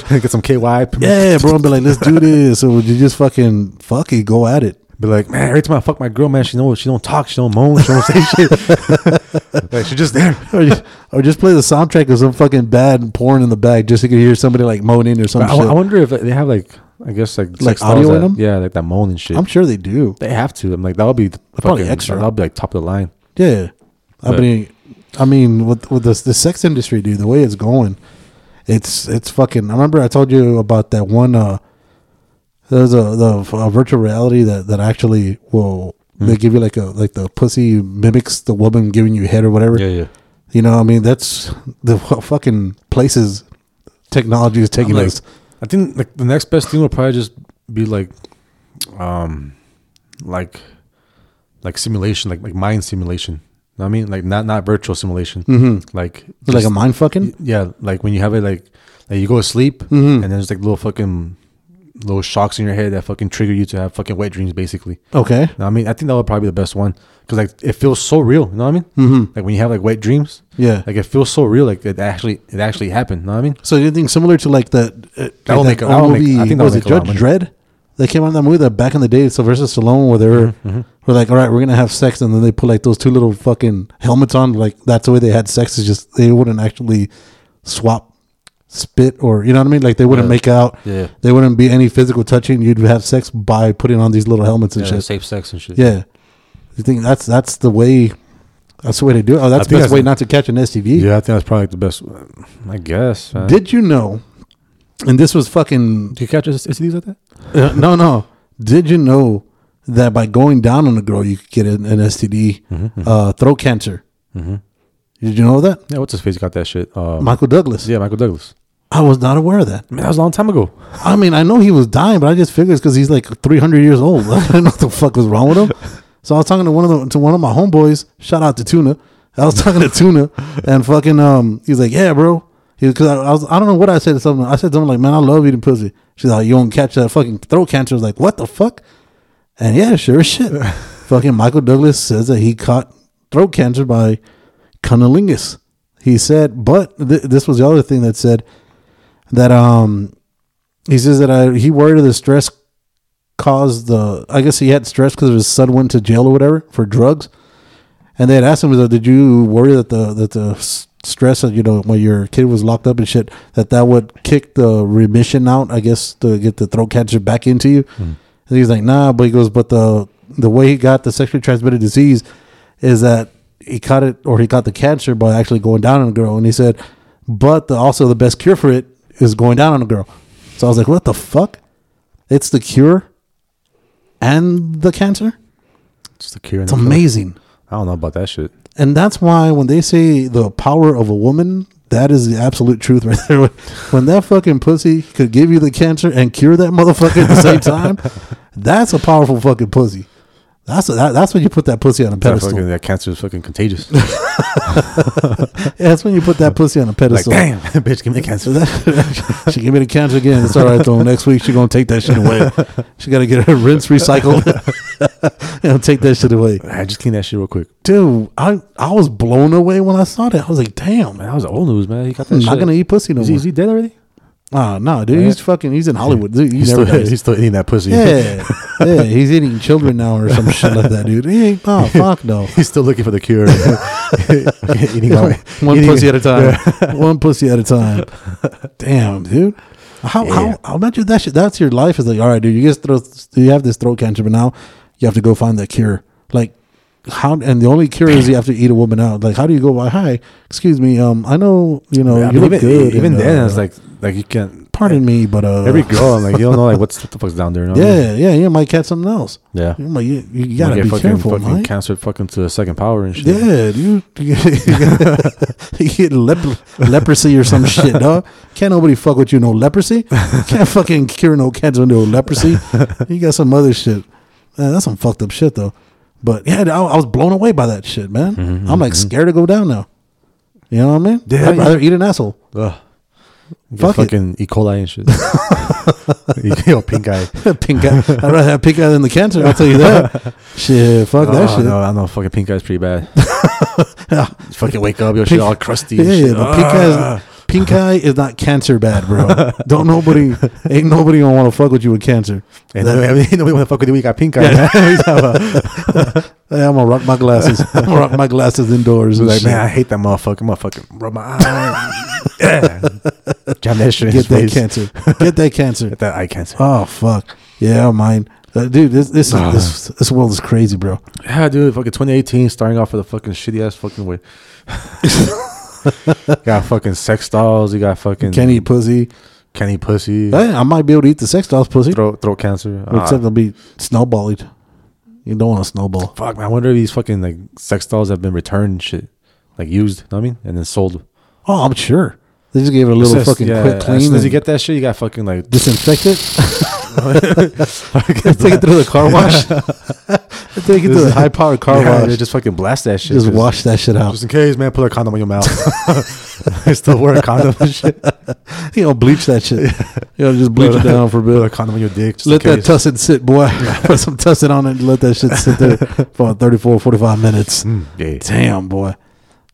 B: Get some KY.
C: Yeah, bro. Be like, let's do this. So would you just fucking fuck it, go at it?
B: Be like, man, every time I fuck my girl, man, she know she don't talk, she don't moan, she don't say shit. like she just there.
C: Or just, or just play the soundtrack of some fucking bad porn in the back just so you can hear somebody like moaning or some
B: I,
C: shit.
B: I wonder if they have like, I guess like
C: Like
B: sex dolls
C: audio in
B: that-
C: them?
B: Yeah, like that moan and shit.
C: I'm sure they do.
B: they have to. I'm like that'll be
C: probably
B: fucking
C: extra.
B: That'll be like top of the line.
C: Yeah, I
B: But-
C: mean, I mean, with with the the sex industry, dude, the way it's going, it's it's fucking. I remember I told you about that one. uh There's a the a virtual reality that that actually
B: Hmm.
C: will they give you like a like the pussy mimics the woman giving you head or whatever.
B: yeah.
C: You know, I mean, that's the fu- fucking places technology is taking
B: I'm like-
C: us.
B: I think like the next best thing would probably just be like, um, like, like simulation, like like mind simulation. You know what I mean, like not not virtual simulation, mm-hmm. like
C: Hmm. like
B: just-
C: a mind fucking.
B: yeah, like when you have it like like you go to sleep
C: Mm-hmm.
B: and then there's like little fucking little shocks in your head that fucking trigger you to have fucking wet dreams, basically.
C: Okay.
B: You know what I mean, I think that would probably be the best one because like it feels so real. You know what I mean? Mm-hmm. Like when you have like wet dreams,
C: Yeah.
B: like it feels so real. Like it actually it actually happened. You know what I mean?
C: So anything similar to like that? Uh,
B: That will
C: like
B: make- that will make- I think that will
C: was it
B: make a lot
C: Judge
B: of money.
C: Dredd? They came out in that movie that back in the day, Sylvester Stallone, where they were,
B: Mm-hmm,
C: were like, all right, we're gonna have sex, and then they put like those two little fucking helmets on, like that's the way they had sex. Is just they wouldn't actually swap spit or you know what I mean? Like they wouldn't
B: Yeah.
C: make out.
B: Yeah.
C: They wouldn't be any physical touching. You'd have sex by putting on these little helmets and
B: Yeah,
C: shit.
B: safe sex and shit.
C: Yeah. You think that's that's the way? That's the way to do it. Oh, that's
B: think
C: the best
B: that's
C: way
B: a-
C: not to catch an STD.
B: Yeah, I think that's probably like the best. one. I guess. man.
C: Did you know? And this was fucking
B: Did you catch STDs like that?
C: Uh, no, no. Did you know that by going down on a girl, you could get an, an STD,
B: Mm-hmm.
C: uh, throat cancer? Did you know that?
B: Yeah, what's his face got that shit? Mm-hmm. Um,
C: Michael Douglas.
B: yeah, Michael Douglas.
C: I was not aware of that.
B: Man, that was a long time ago.
C: I mean, I know he was dying, but I just figured it's because he's like 300 years old. I didn't know what the fuck was wrong with him. So I was talking to one of the, to one of my homeboys. Shout out to Tuna. I was talking to Tuna, and fucking um, he's like, yeah, bro. Because I, I was, I don't know what I said to something. I said something like, man, I love eating pussy. She's like, you won't catch that fucking throat cancer. I was like, what the fuck? And yeah, sure as shit. fucking Michael Douglas says that he caught throat cancer by cunnilingus. He said, but th- this was the other thing that said that um he says that I, he worried of the stress caused the I guess he had stress because his son went to jail or whatever for drugs, and they had asked him, "Did you worry that the that the s- stress that you know when your kid was locked up and shit that that would kick the remission out? I guess to get the throat cancer back into you?" And he's like, "Nah," but he goes, "But the the way he got the sexually transmitted disease is that he caught it or he got the cancer by actually going down on a girl." And he said, "But the, also the best cure for it is going down on a girl." So I was like, "What the fuck? It's the cure and the cancer.
B: Just a cure.
C: It's amazing."
B: I don't know about that shit.
C: And that's why when they say the power of a woman, that is the absolute truth right there. When that fucking pussy could give you the cancer and cure that motherfucker at the same time, that's a powerful fucking pussy. That's that, that's when you put that pussy on a
B: That,
C: pedestal.
B: fucking, that cancer is fucking contagious.
C: That's when you put that pussy on a
B: like,
C: pedestal.
B: damn, bitch, give me the cancer.
C: she gave me the cancer again. It's all right though. Next week she gonna take that shit away. She gotta get her rinse recycled and take that shit away.
B: I just cleaned that shit real quick.
C: Dude, I I was blown away when I saw that. I was like, damn,
B: Man,
C: man,
B: that was old news, man. He got that
C: I'm
B: shit.
C: not gonna eat pussy no
B: Is
C: more.
B: he, is he dead already?
C: Ah, no, dude, he's fucking. He's in Hollywood. Dude, he
B: He's
C: never
B: still,
C: dies.
B: he's still eating that pussy.
C: yeah, yeah, he's eating children now or some shit like that, dude. He ain't. Oh, fuck no.
B: he's still looking for the cure. eating my-
C: One
B: eating-
C: pussy at a time. One pussy at a time. Damn, dude. How
B: Yeah.
C: how how imagine that shit? That's your life. Is like, all right, dude. You get throat. You have this throat cancer, but now you have to go find that cure. Like how? And the only cure is you have to eat a woman out. Like, how do you go? Why? Hi, excuse me. Um, I know you know
B: Yeah, I
C: you
B: mean,
C: look
B: even
C: good.
B: even
C: and,
B: then,
C: uh,
B: it's like like you can't.
C: pardon me, but uh,
B: Every girl, I'm like you don't know like what's what the fuck's down there. You know what I mean?
C: Yeah, yeah, you might catch something else.
B: Yeah.
C: You, might, you, you
B: You
C: gotta
B: get
C: be
B: fucking,
C: careful,
B: fucking
C: Mike.
B: cancer fucking to the second power and shit.
C: Yeah, dude. You get, you get lep- leprosy or some shit, dog. Can't nobody fuck with you, no leprosy. Can't fucking cure no cancer, no leprosy. You got some other shit. Man, that's some fucked up shit, though. But yeah, I, I was blown away by that shit, man.
B: Mm-hmm,
C: I'm like scared to go down now. You know what I mean?
B: Yeah,
C: I'd
B: yeah.
C: rather eat an asshole.
B: Ugh. You get
C: Fuck it.
B: fucking E. coli and shit. you get your pink eye.
C: pink eye. I'd rather have pink eye than the cancer. I'll tell you that. shit, fuck that
B: Oh,
C: shit.
B: No, I know fucking pink eye's pretty bad. You fucking wake up, your shit
C: Pink-
B: all crusty.
C: Yeah,
B: and
C: yeah,
B: shit.
C: but pink
B: Ah.
C: eye, is, pink eye is not cancer bad, bro. Don't nobody, ain't nobody gonna want to fuck with you with cancer.
B: And nobody, nobody want to fuck with you. We got pink eye.
C: Hey, I'm gonna rock my glasses. I'm gonna rock my glasses indoors.
B: So
C: And
B: like, man, I
C: man,
B: hate that motherfucker. I'm gonna fucking rub my eye. yeah. Jam that shit in
C: get
B: his
C: that
B: face.
C: cancer. Get that cancer.
B: Get that eye cancer.
C: Oh fuck, yeah, mine, Uh, dude. This this, is, this this world is crazy, bro.
B: Yeah, dude. Fucking 2018, starting off with a fucking shitty ass fucking way. You got fucking sex dolls. You got fucking
C: Can't eat pussy.
B: Kenny pussy.
C: Hey, I might be able to eat the sex doll's pussy,
B: Throat throat cancer. Ah,
C: except I'll be snowballed. You don't want to snowball.
B: fuck. Man, I wonder if these fucking like sex dolls have been returned and shit. like used. Know what I mean, and then sold.
C: Oh, I'm sure. They just gave it a little
B: It's just-
C: fucking
B: yeah,
C: quick clean.
B: As soon as
C: and
B: you get that shit, you got fucking like
C: disinfect it. take it through the car wash. take it through the high powered car
B: Yeah,
C: wash.
B: they
C: Just,
B: just fucking blast that shit.
C: just
B: 'cause-
C: wash that shit out.
B: Just in case, man, put a condom on your mouth. I still wear a condom and shit.
C: you know, bleach that shit. You know, just bleach it down for a
B: Put a
C: bit.
B: condom on your dick. Just
C: Let
B: in
C: that
B: case.
C: tussin sit, boy. Put some tussin on it and let that shit sit there for about 34, 45 minutes.
B: Mm, yeah.
C: Damn, boy.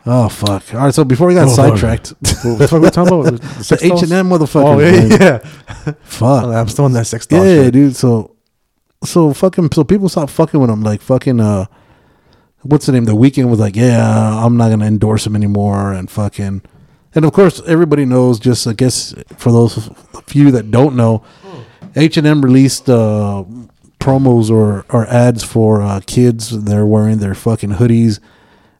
C: Oh, fuck. All right, so before we
B: Oh,
C: got
B: Lord.
C: sidetracked,
B: What the fuck are we talking about? The
C: the
B: sex dolls?
C: H&M motherfucker.
B: Oh yeah, yeah.
C: Fuck.
B: Oh, I'm still on that sex doll.
C: Yeah,
B: shit.
C: dude. So, so fucking. So people stopped fucking with him. Like fucking. Uh, what's the name? The weekend was like, yeah, I'm not gonna endorse him anymore, and fucking. And of course, everybody knows. Just I guess for those few that don't know, H and M released uh, promos or or ads for uh, kids. They're wearing their fucking hoodies.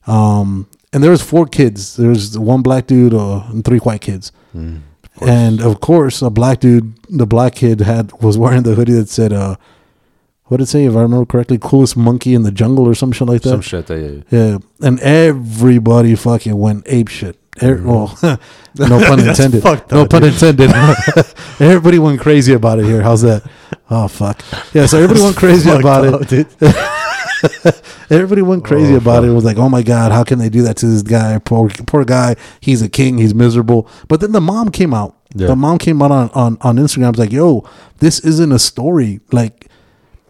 C: Um, and there was four kids. There's one black dude uh, and three white kids. and Mm, of course, a black dude, the black kid had was wearing the hoodie that said, uh, "What did it say?" If I remember correctly, "Coolest monkey in the jungle" or some shit like that.
B: Some shit. That, yeah, yeah.
C: Yeah, and everybody fucking went ape shit. Er- well, no pun intended.
B: Mm-hmm. fucked
C: no pun intended. everybody went crazy about it here. How's that? Oh fuck. Yeah, so everybody went crazy
B: Fucked
C: about
B: up,
C: it.
B: dude.
C: Everybody went crazy
B: Oh,
C: about
B: fuck.
C: it. It was like, oh my god, how can they do that to this guy? Poor poor guy. He's a king. He's miserable. But then the mom came out.
B: Yeah.
C: The mom came out on on on Instagram. Was like, yo, this isn't a story. Like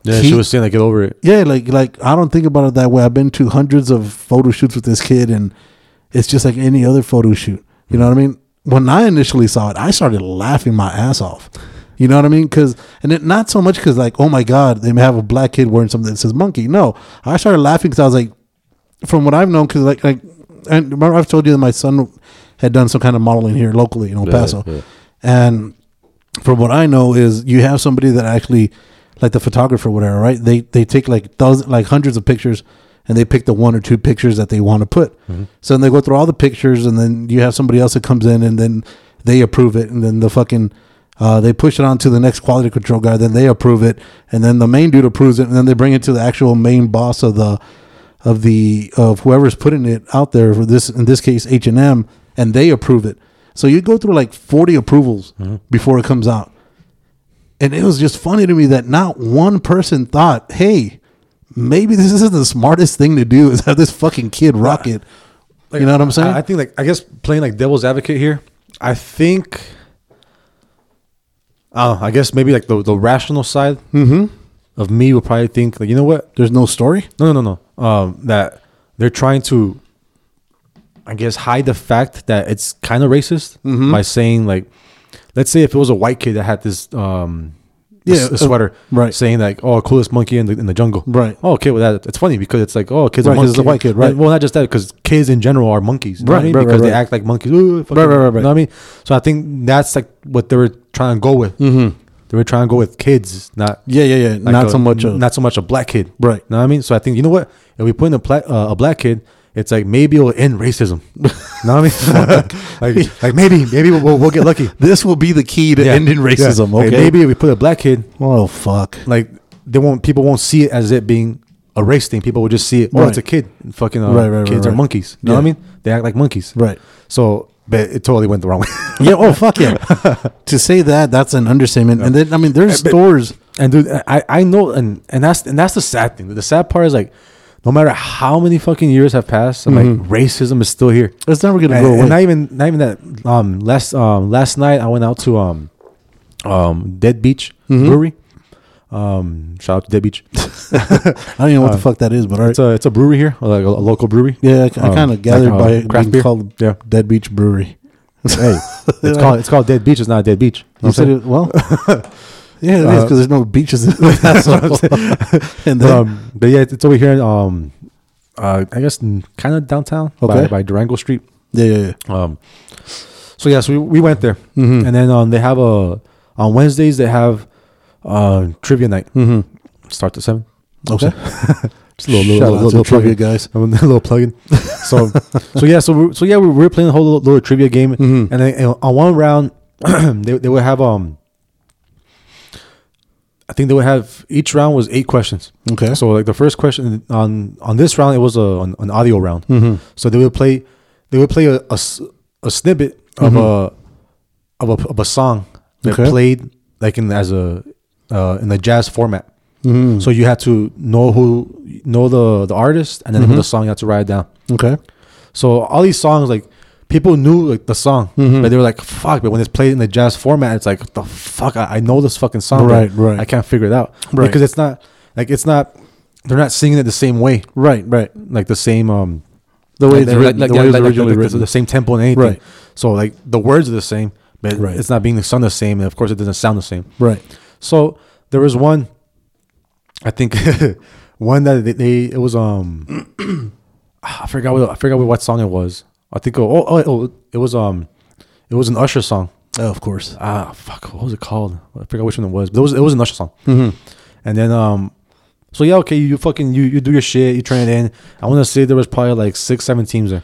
B: Yeah,
C: He-
B: she was saying like, get over it.
C: yeah, like like I don't think about it that way. I've been to hundreds of photo shoots with this kid, and it's just like any other photo shoot. You know what I mean? When I initially saw it, I started laughing my ass off. You know what I mean? Because and it, not so much because like, oh my god, they may have a black kid wearing something that says monkey. No, I started laughing because I was like, from what I've known, because like like, and remember I've told you that my son had done some kind of modeling here locally in El
B: Yeah,
C: Paso,
B: yeah.
C: and from what I know is you have somebody that actually like the photographer whatever right they they take like thousand like hundreds of pictures and they pick the one or two pictures that they want to put so then they go through all the pictures and then you have somebody else that comes in and then they approve it and then the fucking uh, they push it on to the next quality control guy then they approve it and then the main dude approves it and then they bring it to the actual main boss of the of the of whoever's putting it out there for this in this case H and M, and they approve it. So you go through like forty approvals
B: Mm-hmm.
C: before it comes out, and it was just funny to me that not one person thought, "Hey, maybe this isn't the smartest thing to do is have this fucking kid rock it."
B: Like,
C: you know what I'm
B: I-
C: saying?
B: I, think like I guess playing like devil's advocate here. I think. Uh, I guess maybe like the, the rational side of me would probably think like you know what
C: There's no story.
B: no no no no um, that they're trying to I guess hide the fact that it's kind of racist
C: Mm-hmm.
B: by saying like let's say if it was a white kid that had this um this-
C: Yeah,
B: this
C: uh,
B: sweater
C: right.
B: saying like oh coolest monkey in the, in the jungle
C: Right.
B: oh okay well that it's funny because it's like oh kids
C: Right,
B: are
C: 'cause
B: monkeys
C: it's a white kid, right.
B: well not just that because kids in general are monkeys you know what I
C: Right,
B: mean?
C: right, right,
B: because they
C: right.
B: act like monkeys Ooh, fucking-
C: Right, right, right, right.
B: you know what I mean so I think that's like what they were trying to go with
C: Mm-hmm.
B: they were trying to go with kids not
C: Yeah, yeah, yeah.
B: like
C: not
B: a-
C: so much. A,
B: not so much a black kid,
C: Right.
B: Know what I mean? So I think you know what if we put in a, pla- uh, a black kid, it's like maybe it'll end racism. know what I mean? like, like maybe maybe we'll, we'll, we'll get lucky.
C: this will be the key to
B: Yeah.
C: ending racism.
B: Yeah. Like,
C: Okay.
B: maybe if we put a black kid,
C: Oh fuck.
B: like they won't people won't see it as it being a race thing. People will just see it. Oh,
C: Right.
B: it's a kid. Fucking uh,
C: Right, right, right,
B: kids are
C: right.
B: monkeys. You know
C: Yeah.
B: what I mean? They act like monkeys.
C: Right.
B: So, but it totally went the wrong way.
C: Yeah. Oh fuck yeah. to say that that's an understatement. And then I mean, there's stores.
B: And dude, I, I know, and and that's and that's the sad thing. The sad part is like, no matter how many fucking years have passed, I'm like racism is still here.
C: Mm-hmm. It's never gonna
B: And,
C: go
B: and
C: away.
B: not even not even that. Um, last um last night I went out to um, um Dead Beach
C: Mm-hmm.
B: Brewery. Um, shout out to Dead Beach.
C: I don't even know what the fuck that is, but all right.
B: Uh, It's a it's a brewery here, like a, a local brewery.
C: yeah, I,
B: um,
C: kind of gathered
B: like, uh,
C: by it
B: craft
C: being
B: beer.
C: called
B: Yeah.
C: Dead Beach Brewery.
B: hey, it's called it's called Dead Beach. It's not Dead Beach. You know
C: You
B: what I'm
C: said
B: saying?
C: it well. yeah, it is
B: Uh,
C: because there's no beaches in El Paso. and then,
B: um, but yeah, it's, it's over here. in, Um, uh, I guess kind of downtown.
C: Okay.
B: By, by Durango Street.
C: yeah, yeah, yeah.
B: Um, so yeah, so we, we went there, and then um, they have a on Wednesdays they have uh, trivia night. Mm-hmm. Start at seven.
C: Okay.
B: Just a little,
C: Shout
B: little,
C: out
B: little,
C: to
B: little
C: trivia
B: plug-in.
C: guys.
B: A little plug-in. So, so yeah, so we, so yeah, we were playing a whole little, little trivia game, and then and on one round, they they would have um, I think they would have each round was eight questions.
C: Okay. Mm-hmm.
B: So like the first question on on this round it was a an, an audio round. So they would play they would play a, a s- a snippet of a of a of a song that
C: Mm-hmm. Okay.
B: played like in as a uh, in the jazz format.
C: Mm-hmm.
B: So you had to know who know the the artist and then
C: Mm-hmm.
B: who the song you had to write it down.
C: Okay.
B: So all these songs like people knew like the song,
C: Mm-hmm.
B: but they were like fuck. But when it's played in the jazz format, it's like what the fuck. I, I know this fucking song, but
C: Right, right.
B: I can't figure it out
C: Right.
B: because it's not like it's not. They're not singing it the same way,
C: Right. Right.
B: like the same um
C: The way
B: like,
C: it's
B: like-
C: written,
B: like-
C: the way
B: like- like-
C: it's
B: like-
C: originally
B: like the-
C: written.
B: the same tempo and anything.
C: Right.
B: So like the words are the same, but
C: Right.
B: it's not being sung the same, and of course it doesn't sound the same.
C: Right.
B: So there was one, I think, one that they, they it was um, I forgot what I forgot what song it was. I think oh oh, oh it was um, it was an Usher song.
C: Oh, of course.
B: Ah fuck, what was it called? I forgot which one it was, but it was it was an Usher song. Mm-hmm. And then um, so yeah, okay, you fucking you you do your shit, you train it in. I want to say there was probably like six seven teams there,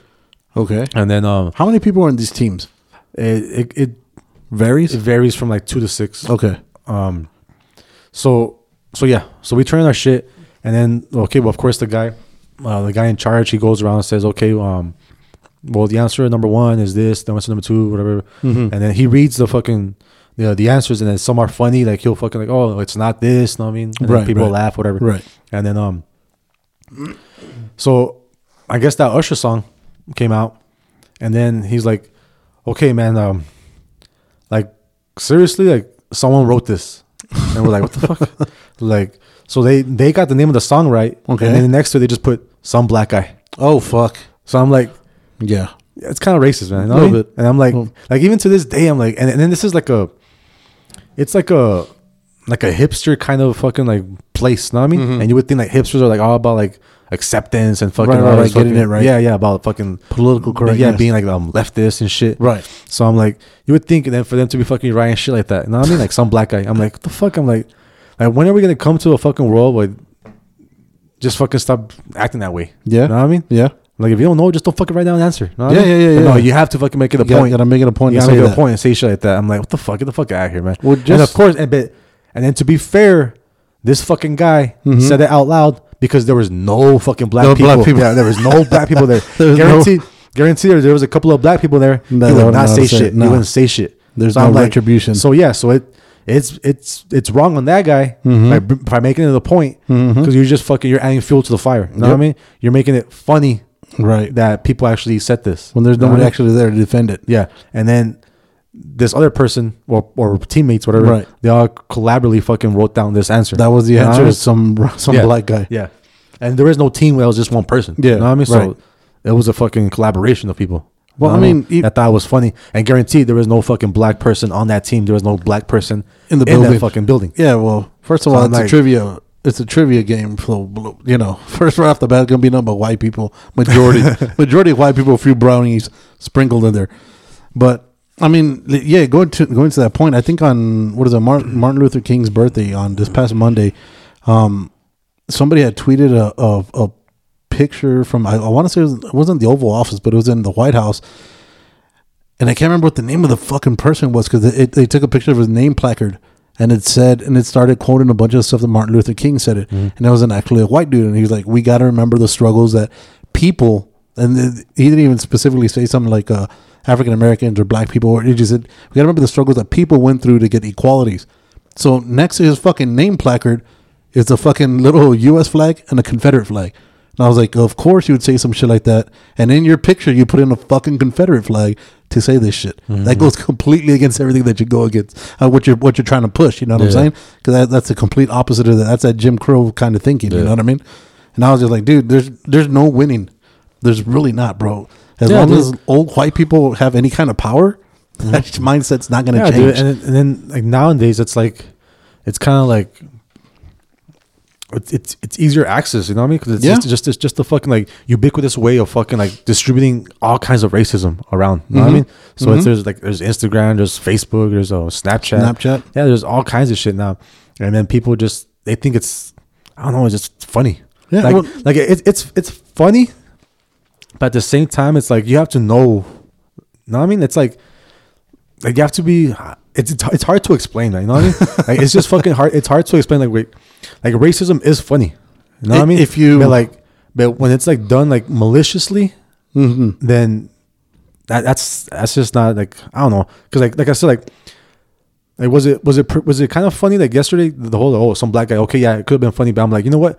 C: Okay.
B: and then um,
C: How many people are in these teams?
B: it it, it,
C: Varies.
B: it varies from like two to six.
C: Okay.
B: Um, so so yeah, so we turn our shit, and then okay, well of course the guy, uh, the guy in charge, he goes around and says, okay, um, well the answer number one is this, the answer number two, whatever,
C: Mm-hmm.
B: and then he reads the fucking. You know, the answers and then some are funny like he'll fucking like oh it's not this know what I mean and then
C: Right,
B: people
C: right.
B: laugh whatever
C: Right.
B: and then um so I guess that Usher song came out and then he's like okay man um like seriously like someone wrote this and we're like what the fuck like so they they got the name of the song right
C: Okay.
B: and then next to it they just put some black guy
C: Oh fuck.
B: so i'm like
C: Yeah.
B: it's kind of racist man you know what
C: A
B: I
C: little
B: mean?
C: bit.
B: and i'm like
C: Little.
B: like even to this day i'm like and, and then this is like a it's like a like a hipster kind of fucking like place you know what i mean and you would think like hipsters are like all about like acceptance and fucking
C: Mm-hmm. Right,
B: all
C: right,
B: this
C: right, getting
B: fucking-
C: it right.
B: yeah yeah about fucking
C: Political
B: yeah,
C: correctness.
B: being like um leftist and shit.
C: Right.
B: So I'm like, you would think then for them to be fucking writing shit like that. You know what I mean? Like some black guy. I'm like, what the fuck? I'm like, like when are we gonna come to a fucking world where just fucking stop acting that way?
C: Yeah.
B: You know what I mean?
C: Yeah.
B: Like if you don't know, just don't fucking write down an answer. You know what I
C: Yeah,
B: mean?
C: yeah, yeah,
B: But No,
C: yeah.
B: you have to fucking make it a
C: You gotta,
B: point.
C: gotta make it a point.
B: You
C: to
B: gotta
C: say
B: make it a
C: that.
B: point and say shit like that. I'm like, what the fuck? Get the fuck out of here, man.
C: Well,
B: and of
C: just-
B: course, and but and then to be fair, this fucking guy said it out loud because there was no fucking black
C: Mm-hmm. No
B: people.
C: black people.
B: Yeah, there was no black people there.
C: There was no-
B: guaranteed, guaranteed, there, there was a couple of black people there.
C: No,
B: he
C: they
B: would
C: wouldn't
B: not
C: know how
B: say
C: to say it.
B: shit.
C: No.
B: He wouldn't say shit.
C: There's
B: I'm
C: no retribution.
B: So yeah, so it it's it's it's wrong on that guy by,
C: Mm-hmm.
B: by making it a point because you're just fucking you're adding fuel to the fire. You know what I
C: Yep.
B: mean? You're making it funny
C: Right.
B: that people actually said this
C: When there's
B: You know what
C: nobody
B: I mean?
C: actually there to defend it.
B: Yeah, and then this other person or or teammates, whatever,
C: Right.
B: they all collaboratively fucking wrote down this answer.
C: That was the
B: You know what
C: answer.
B: I mean?
C: is Some some
B: Yeah.
C: black guy.
B: Yeah, and there is no team where it was just one person.
C: Yeah,
B: you know what I mean. So
C: right.
B: it was a fucking collaboration of people. You
C: Well,
B: know
C: I
B: what
C: mean, e- it-
B: I thought it was funny, and guaranteed there was no fucking black person on that team. There was no black person
C: In the
B: that
C: building.
B: fucking building.
C: Yeah, well, first of
B: So
C: all,
B: I'm
C: it's a
B: like-
C: trivia. It's a trivia game, so bl- you know, first right off the bat, it's gonna be nothing but white people. Majority, majority of white people, a few brownies sprinkled in there. But I mean, li- yeah, going to going to that point, I think on what is it, Martin, Martin Luther King's birthday on this past Monday, um, somebody had tweeted a a, a picture from I, I want to say it, was, it wasn't the Oval Office, but it was in the White House, and I can't remember what the name of the fucking person was because it, they took a picture of his name placard and it said and it started quoting a bunch of stuff that Martin Luther King said it and it was an actually a white dude and he was like we got to remember the struggles that people and th- he didn't even specifically say something like uh, African Americans or black people or he just said we got to remember the struggles that people went through to get equalities. So next to his fucking name placard is a fucking little U.S. flag and a Confederate flag. And I was like, of course you would say some shit like that. And in your picture, you put in a fucking Confederate flag to say this shit.
B: Mm-hmm.
C: That goes completely against everything that you go against, uh, what you're what you're trying to push. You know what I'm
B: Yeah.
C: saying? Because that, that's the complete opposite of that. That's that Jim Crow kind of thinking. You
B: Yeah.
C: know what I mean? And I was just like, dude, there's there's no winning. There's really not, bro. As
B: Yeah,
C: long
B: dude. Mm-hmm.
C: as old white people have any kind of power, that mindset's not going to
B: Yeah, dude.
C: change.
B: And, then- and then like nowadays, it's like it's kind of like it's, it's it's easier access. You know what I mean? Because it's
C: Yeah.
B: just just it's just the fucking like ubiquitous way of fucking like distributing all kinds of racism around. You know what
C: Mm-hmm.
B: I mean? So it's, there's like there's Instagram, there's Facebook, there's uh, Snapchat,
C: Snapchat.
B: Yeah, there's all kinds of shit now, and then people just they think it's I don't know, it's just funny.
C: Yeah,
B: like
C: well-
B: like it, it's it's funny, but at the same time, it's like you have to know. You know what I mean? It's like like you have to be it's it's, it's hard to explain man, you know what i mean like it's just fucking hard it's hard to explain like wait like racism is funny you know what i
C: If-
B: mean
C: if you-
B: Mm-hmm. but like but when it's like done like maliciously then that, that's that's just not like I don't know because like like I said like like was it was it pr- was it kind of funny like yesterday the whole oh some black guy okay yeah it could have been funny but I'm like you know what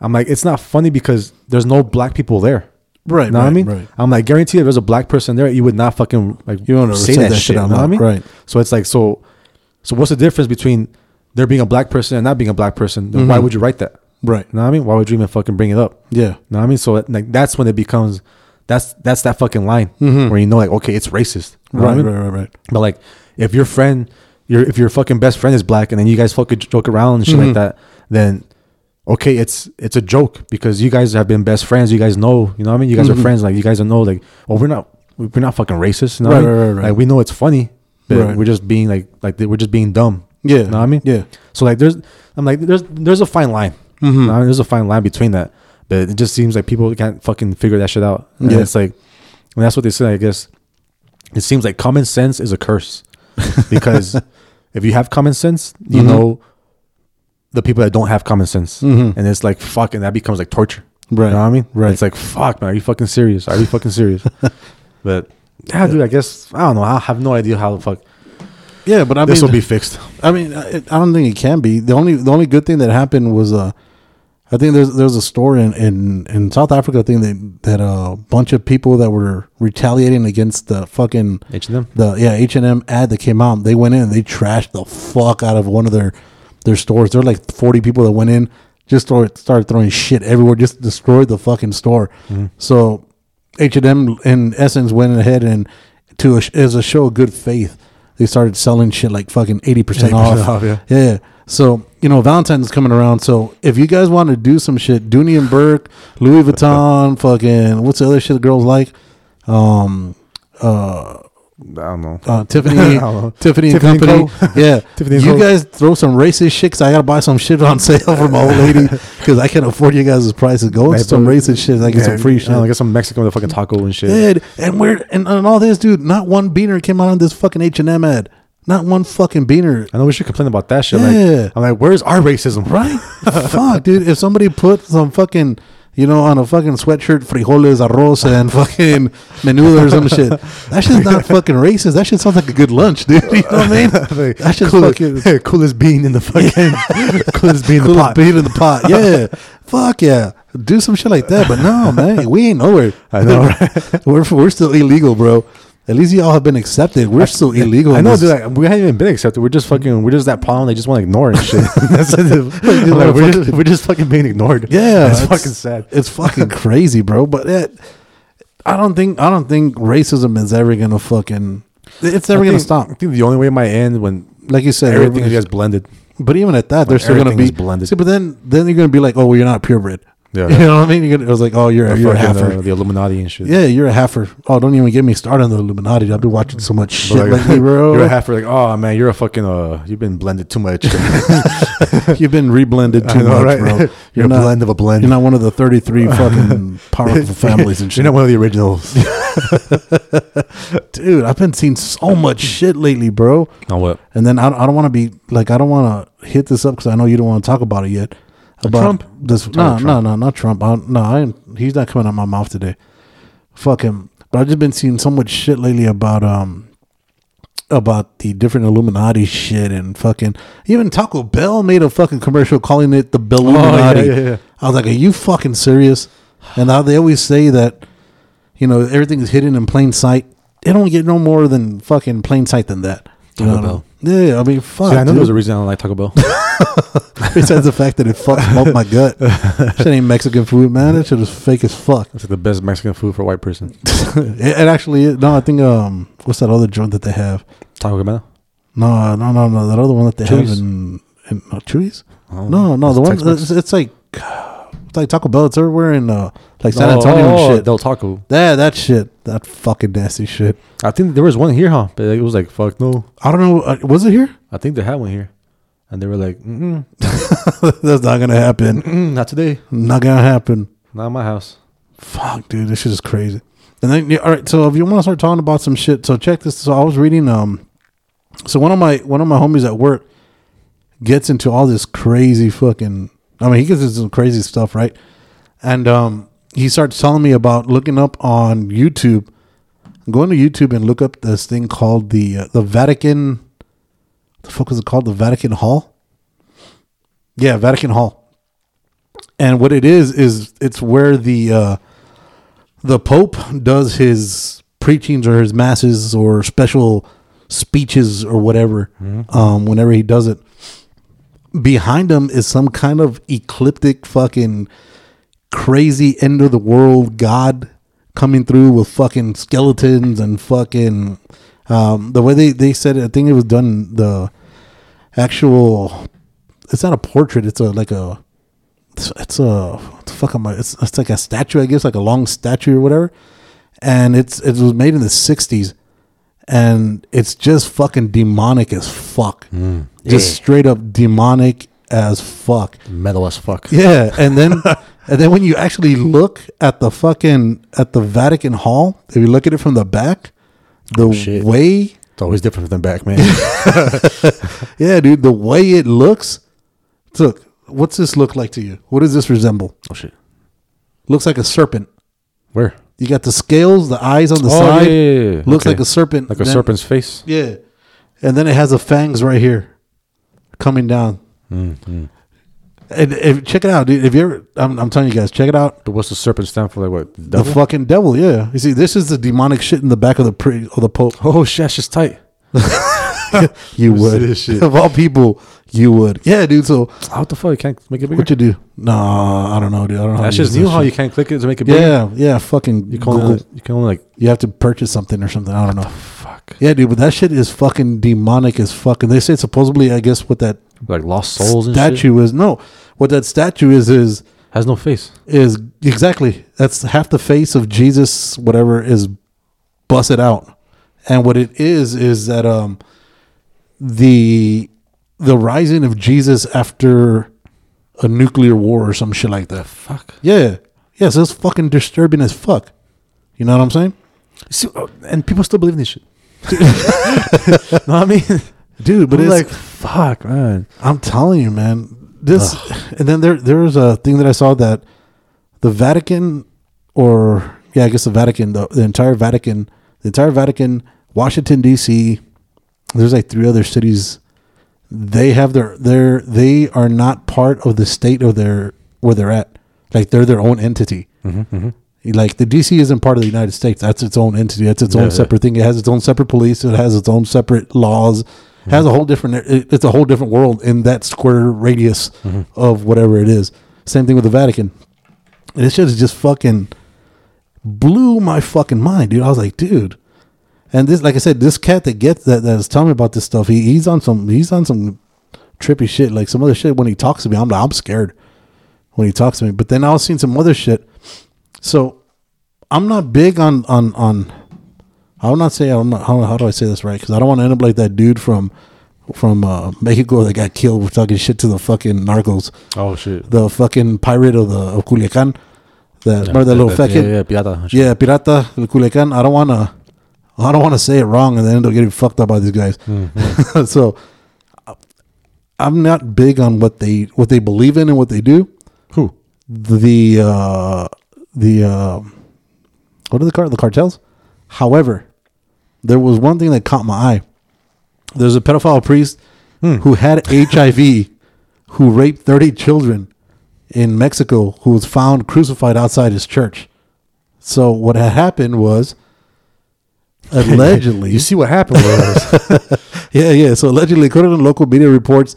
B: I'm like it's not funny because there's no black people there
C: Right,
B: know what I
C: right,
B: mean
C: right.
B: I'm like guarantee if there's a black person there you would not fucking like
C: You don't ever
B: say
C: said
B: that,
C: that
B: shit
C: shit out
B: know what I
C: loud,
B: mean
C: right.
B: so it's like so so what's the difference between there being a black person and not being a black person Then why would you write that
C: Mm-hmm. Right.
B: you know what I mean why would you even fucking bring it up
C: Yeah.
B: know what I mean? So like that's when it becomes that's that's that fucking line where you know like okay, it's racist. You know what I
C: Mm-hmm. Right,
B: mean?
C: right, right, right.
B: But like if your friend your if your fucking best friend is black and then you guys fucking joke around and shit
C: Mm-hmm.
B: like that, then okay, it's it's a joke because you guys have been best friends. You guys know, you know what I mean? You guys
C: Mm-hmm.
B: are friends, like you guys know like oh we're not we're not fucking racist. You know what I
C: Right,
B: mean?
C: right, right, right.
B: Like we know it's funny, but
C: Right.
B: we're just being like like we're just being dumb.
C: Yeah.
B: know what I mean?
C: Yeah.
B: So like, there's I'm like, there's there's a fine line.
C: Mm-hmm.
B: I mean, there's a fine line between that, but it just seems like people can't fucking figure that shit out. And
C: Yeah.
B: it's like, and that's what they say. I guess it seems like common sense is a curse because if you have common sense,
C: Mm-hmm.
B: you know the people that don't have common sense, and it's like fucking that becomes like torture.
C: Mm-hmm. Right.
B: You know what I mean?
C: Right.
B: It's like fuck, man. Are you fucking serious? Are you fucking serious? but yeah, dude. I guess I don't know. I have no idea how the fuck
C: Yeah, but I
B: this
C: mean,
B: will be fixed.
C: I mean, I, I don't think it can be. The only the only good thing that happened was uh, I think there's there's a story in, in, in South Africa. I think that that a bunch of people that were retaliating against the fucking
B: H&M?
C: The yeah H and M ad that came out. They went in and they trashed the fuck out of one of their their stores. There were like forty people that went in, just started, started throwing shit everywhere, just destroyed the fucking store. So H and M in essence went ahead and to a, as a show of good faith, they started selling shit like fucking eighty percent
B: 80%
C: off.
B: off, yeah.
C: Yeah, yeah. So, you know, Valentine's is coming around. So, if you guys want to do some shit, Dooney and Burke, Louis Vuitton, fucking, what's the other shit the girls like? Um,
B: I don't know.
C: uh, Tiffany,
B: know.
C: Tiffany and
B: Oh, Tiffany and
C: Company.
B: Co.
C: Yeah.
B: Tiffany and
C: you
B: Co.
C: guys throw some racist shit 'cause I got to buy some shit on sale for my old lady because I can't afford you guys' prices. Go
B: Hey,
C: and some
B: but-
C: racist shit. and I get some free shit.
B: I uh, get some Mexican with a fucking taco and shit.
C: Dude, and we're and, and all this, dude. Not one beaner came out on this fucking H and M ad. Not one fucking beaner.
B: I know we should complain about that shit.
C: Yeah.
B: Like, I'm like, where's our racism?
C: Right? Fuck, dude. If somebody put some fucking, you know, on a fucking sweatshirt, frijoles, arroz, and fucking menudo or some shit, that shit's not fucking racist. That shit sounds like a good lunch, dude. You know what I mean?
B: Like,
C: That shit's fucking.
B: coolest bean in the fucking coolest bean in the
C: Cool
B: pot.
C: bean in the pot. Yeah. Fuck yeah. Do some shit like that. But no, man, we ain't nowhere.
B: I know,
C: we're, we're still illegal, bro. At least y'all have been accepted. We're still illegal.
B: I
C: in
B: know,
C: this-
B: dude. Like, we haven't even been accepted. We're just fucking. We're just that problem. They just want to ignore and shit. That's it. I'm like, we're, just, we're just fucking being ignored.
C: Yeah,
B: it's fucking sad.
C: It's fucking crazy, bro. But it, I don't think I don't think racism is ever gonna fucking. It's never
B: I
C: gonna
B: think- I
C: stop.
B: think the only way it might end when
C: Like you said,
B: everything
C: everything's-
B: gets blended.
C: But even at that, they're still gonna
B: everything
C: be
B: is blended.
C: See, but then then you're gonna be like, oh, well, you're not purebred.
B: Yeah.
C: you know what I mean. You're gonna, it was like, oh, you're you're a
B: Fucking,
C: halfer.
B: uh, the Illuminati and shit.
C: yeah, you're a halfer. Oh, don't even get me started on the Illuminati. I've been watching so much shit
B: Like,
C: lately, bro.
B: you're a halfer. Like, oh man, you're a fucking. Uh, you've been blended too much.
C: You've been reblended too
B: know,
C: much,
B: right?
C: bro.
B: You're a blend of a blend.
C: You're not one of the 33 fucking powerful families and shit.
B: you're not one of the originals.
C: Dude, I've been seeing so much shit lately, bro.
B: On what?
C: And then I, I don't want to be like I don't want to hit this up because I know you don't want to talk about it yet. About
B: Trump?
C: This no no no not Trump. I, no, I ain't- he's not coming out my mouth today. Fuck him. But I've just been seeing so much shit lately about um about the different Illuminati shit and fucking even Taco Bell made a fucking commercial calling it the Illuminati.
B: Oh, yeah, yeah, yeah.
C: I was like, are you fucking serious? And now they always say that you know everything is hidden in plain sight. They don't get no more than fucking plain sight than that. You
B: Taco
C: know what I
B: Bell.
C: mean? Yeah, I mean, fuck.
B: Yeah, I know
C: dude.
B: there was a reason I don't like Taco Bell.
C: Besides the fact that it fucks up my gut. Shit ain't Mexican food, man. That shit is fake as fuck.
B: It's like the best Mexican food for a white person.
C: It, it actually is. No, I think, um, what's that other joint that they have?
B: Taco Bell.
C: No, no, no, no. That other one that they have
B: Chuy's.
C: in, in no, Chuy's?
B: Oh,
C: no, no. The
B: It's
C: one,
B: Tex-Mex.
C: it's, it's like, it's like Taco Bell. It's everywhere in, uh, like San Antonio and shit.
B: Del Taco.
C: Yeah, that shit. That fucking nasty shit.
B: I think there was one here, huh? But it was like, fuck no.
C: I don't know. uh, Was it here?
B: I think they had one here, and they were like, mm
C: That's not going to happen.
B: not today,
C: Not going to happen.
B: not in my house.
C: Fuck, dude, this shit is crazy. And then, yeah, all right. So if you want to start talking about some shit, so check this. So I was reading, um, so one of my one of my homies at work gets into all this crazy fucking. I mean, he gets into some crazy stuff, right? And um, he starts telling me about looking up on YouTube Go into YouTube and look up this thing called the uh, the Vatican. the fuck was it called? The Vatican Hall. Yeah, Vatican Hall. And what it is is it's where the uh, the Pope does his preachings or his masses or special speeches or whatever. Um, whenever he does it, behind him is some kind of ecliptic fucking crazy end of the world god coming through with fucking skeletons and fucking um, the way they they said it. I think it was done the actual. It's not a portrait. It's a like a. It's, it's a what the fuck am I? It's, it's like a statue, I guess, like a long statue or whatever. And it's it was made in the '60s, and it's just fucking demonic as fuck. Just straight up demonic as fuck.
B: Metal as fuck.
C: Yeah, and then and then when you actually look at the fucking at the Vatican Hall, if you look at it from the back, the
B: Oh, shit.
C: way
B: It's always different than back, man.
C: yeah, dude, the way it looks. Look, what's this look like to you? What does this resemble?
B: oh shit.
C: Looks like a serpent.
B: Where?
C: You got the scales, the eyes on the
B: Oh,
C: side.
B: yeah, yeah, yeah.
C: Looks
B: Okay.
C: like a serpent.
B: Like a
C: Then-
B: serpent's face.
C: Yeah, and then it has the fangs right here, coming down.
B: Mm-hmm.
C: And if, check it out, dude. If you ever, I'm, I'm telling you guys, check it out.
B: But what's the serpent stand for? Like what? The
C: The fucking devil, yeah. You see, this is the demonic shit in the back of the pre of the pope.
B: oh shit, that's just tight.
C: You would,
B: this shit?
C: of all people, you would. Yeah, dude. So
B: What the fuck? You can't make it bigger.
C: what you do? Nah, I don't know, dude. I don't know.
B: that's
C: to use
B: just
C: this
B: new. How
C: shit.
B: you can't click it to make it bigger.
C: Yeah, yeah. Fucking
B: You can only,
C: Google.
B: you can only like
C: You have to purchase something or something. I don't know.
B: fuck.
C: Yeah, dude. But that shit is fucking demonic as fuck. And they say supposedly, I guess, what that
B: Like lost souls and shit.
C: statue is. No, what that statue is is
B: Has no face.
C: is exactly that's half the face of Jesus whatever is busted out and what it is is that um the the rising of Jesus after a nuclear war or some shit like that
B: Fuck.
C: yeah yeah so it's fucking disturbing as fuck you know what I'm saying
B: See, oh, and people still believe in this shit. know what I mean?
C: dude but
B: I'm
C: it's
B: like fuck, man.
C: I'm telling you, man. This and then there there was a thing that I saw that the Vatican or yeah, I guess the Vatican, the, the entire Vatican, the entire Vatican, Washington D.C. There's like three other cities. They have their their they are not part of the state of their where they're at. Like they're their own entity.
B: Mm-hmm,
C: Like the D.C. isn't part of the United States. That's its own entity. That's its
B: Yeah,
C: own
B: yeah.
C: separate thing. It has its own separate police. It has its own separate laws. It
B: Mm-hmm.
C: has a whole different. it- it's a whole different world in that square radius
B: Mm-hmm.
C: of whatever it is. Same thing with the Vatican. And this shit is just fucking blew my fucking mind, dude. I was like, dude. And this, like I said, this cat that gets that that is telling me about this stuff, he, he's on some he's on some trippy shit, like some other shit. When he talks to me, I'm I'm scared when he talks to me. But then I was seeing some other shit. So I'm not big on on on. I will not say I'm not. How, how do I say this right? Because I don't want to end up like that dude from from uh, Mexico that got killed for talking shit to the fucking narcos,
B: Oh shit.
C: the fucking pirate of the of Culiacan. That remember that little fucking
B: Yeah, yeah, piata. and shit.
C: yeah, Pirata del Culiacan. I don't want to, I don't want to say it wrong and then end up getting fucked up by these guys. so, I'm not big on what they what they believe in and what they do.
B: Who?
C: The uh, the uh, what are the car the cartels? However, there was one thing that caught my eye. There's a pedophile priest who had HIV, who raped 30 children in Mexico, who was found crucified outside his church. So what had happened was, allegedly,
B: You see what happened was
C: yeah, yeah. So allegedly, according to local media reports,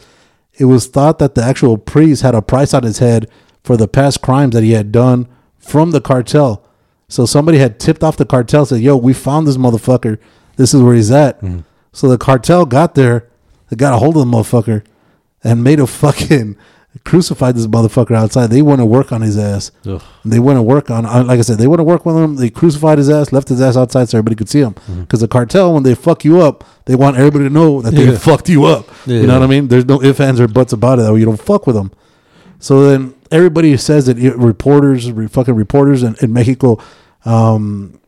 C: it was thought that the actual priest had a price on his head for the past crimes that he had done from the cartel. So somebody had tipped off the cartel, said, "Yo, we found this motherfucker. This is where he's at."
B: Mm.
C: So the cartel got there, they got a hold of the motherfucker, and made a fucking crucified this motherfucker outside. They went to work on his ass.
B: Ugh.
C: They went to work on, uh, like I said, they went to work with him. They crucified his ass, left his ass outside so everybody could see him.
B: Mm-hmm.
C: Because the cartel, when they fuck you up, they want everybody to know that they
B: Yeah.
C: fucked you up.
B: Yeah.
C: You know what I mean? There's no ifs, ands, or buts about it. That way you don't fuck with them. So then everybody says that it, reporters, re, fucking reporters in, in Mexico, um,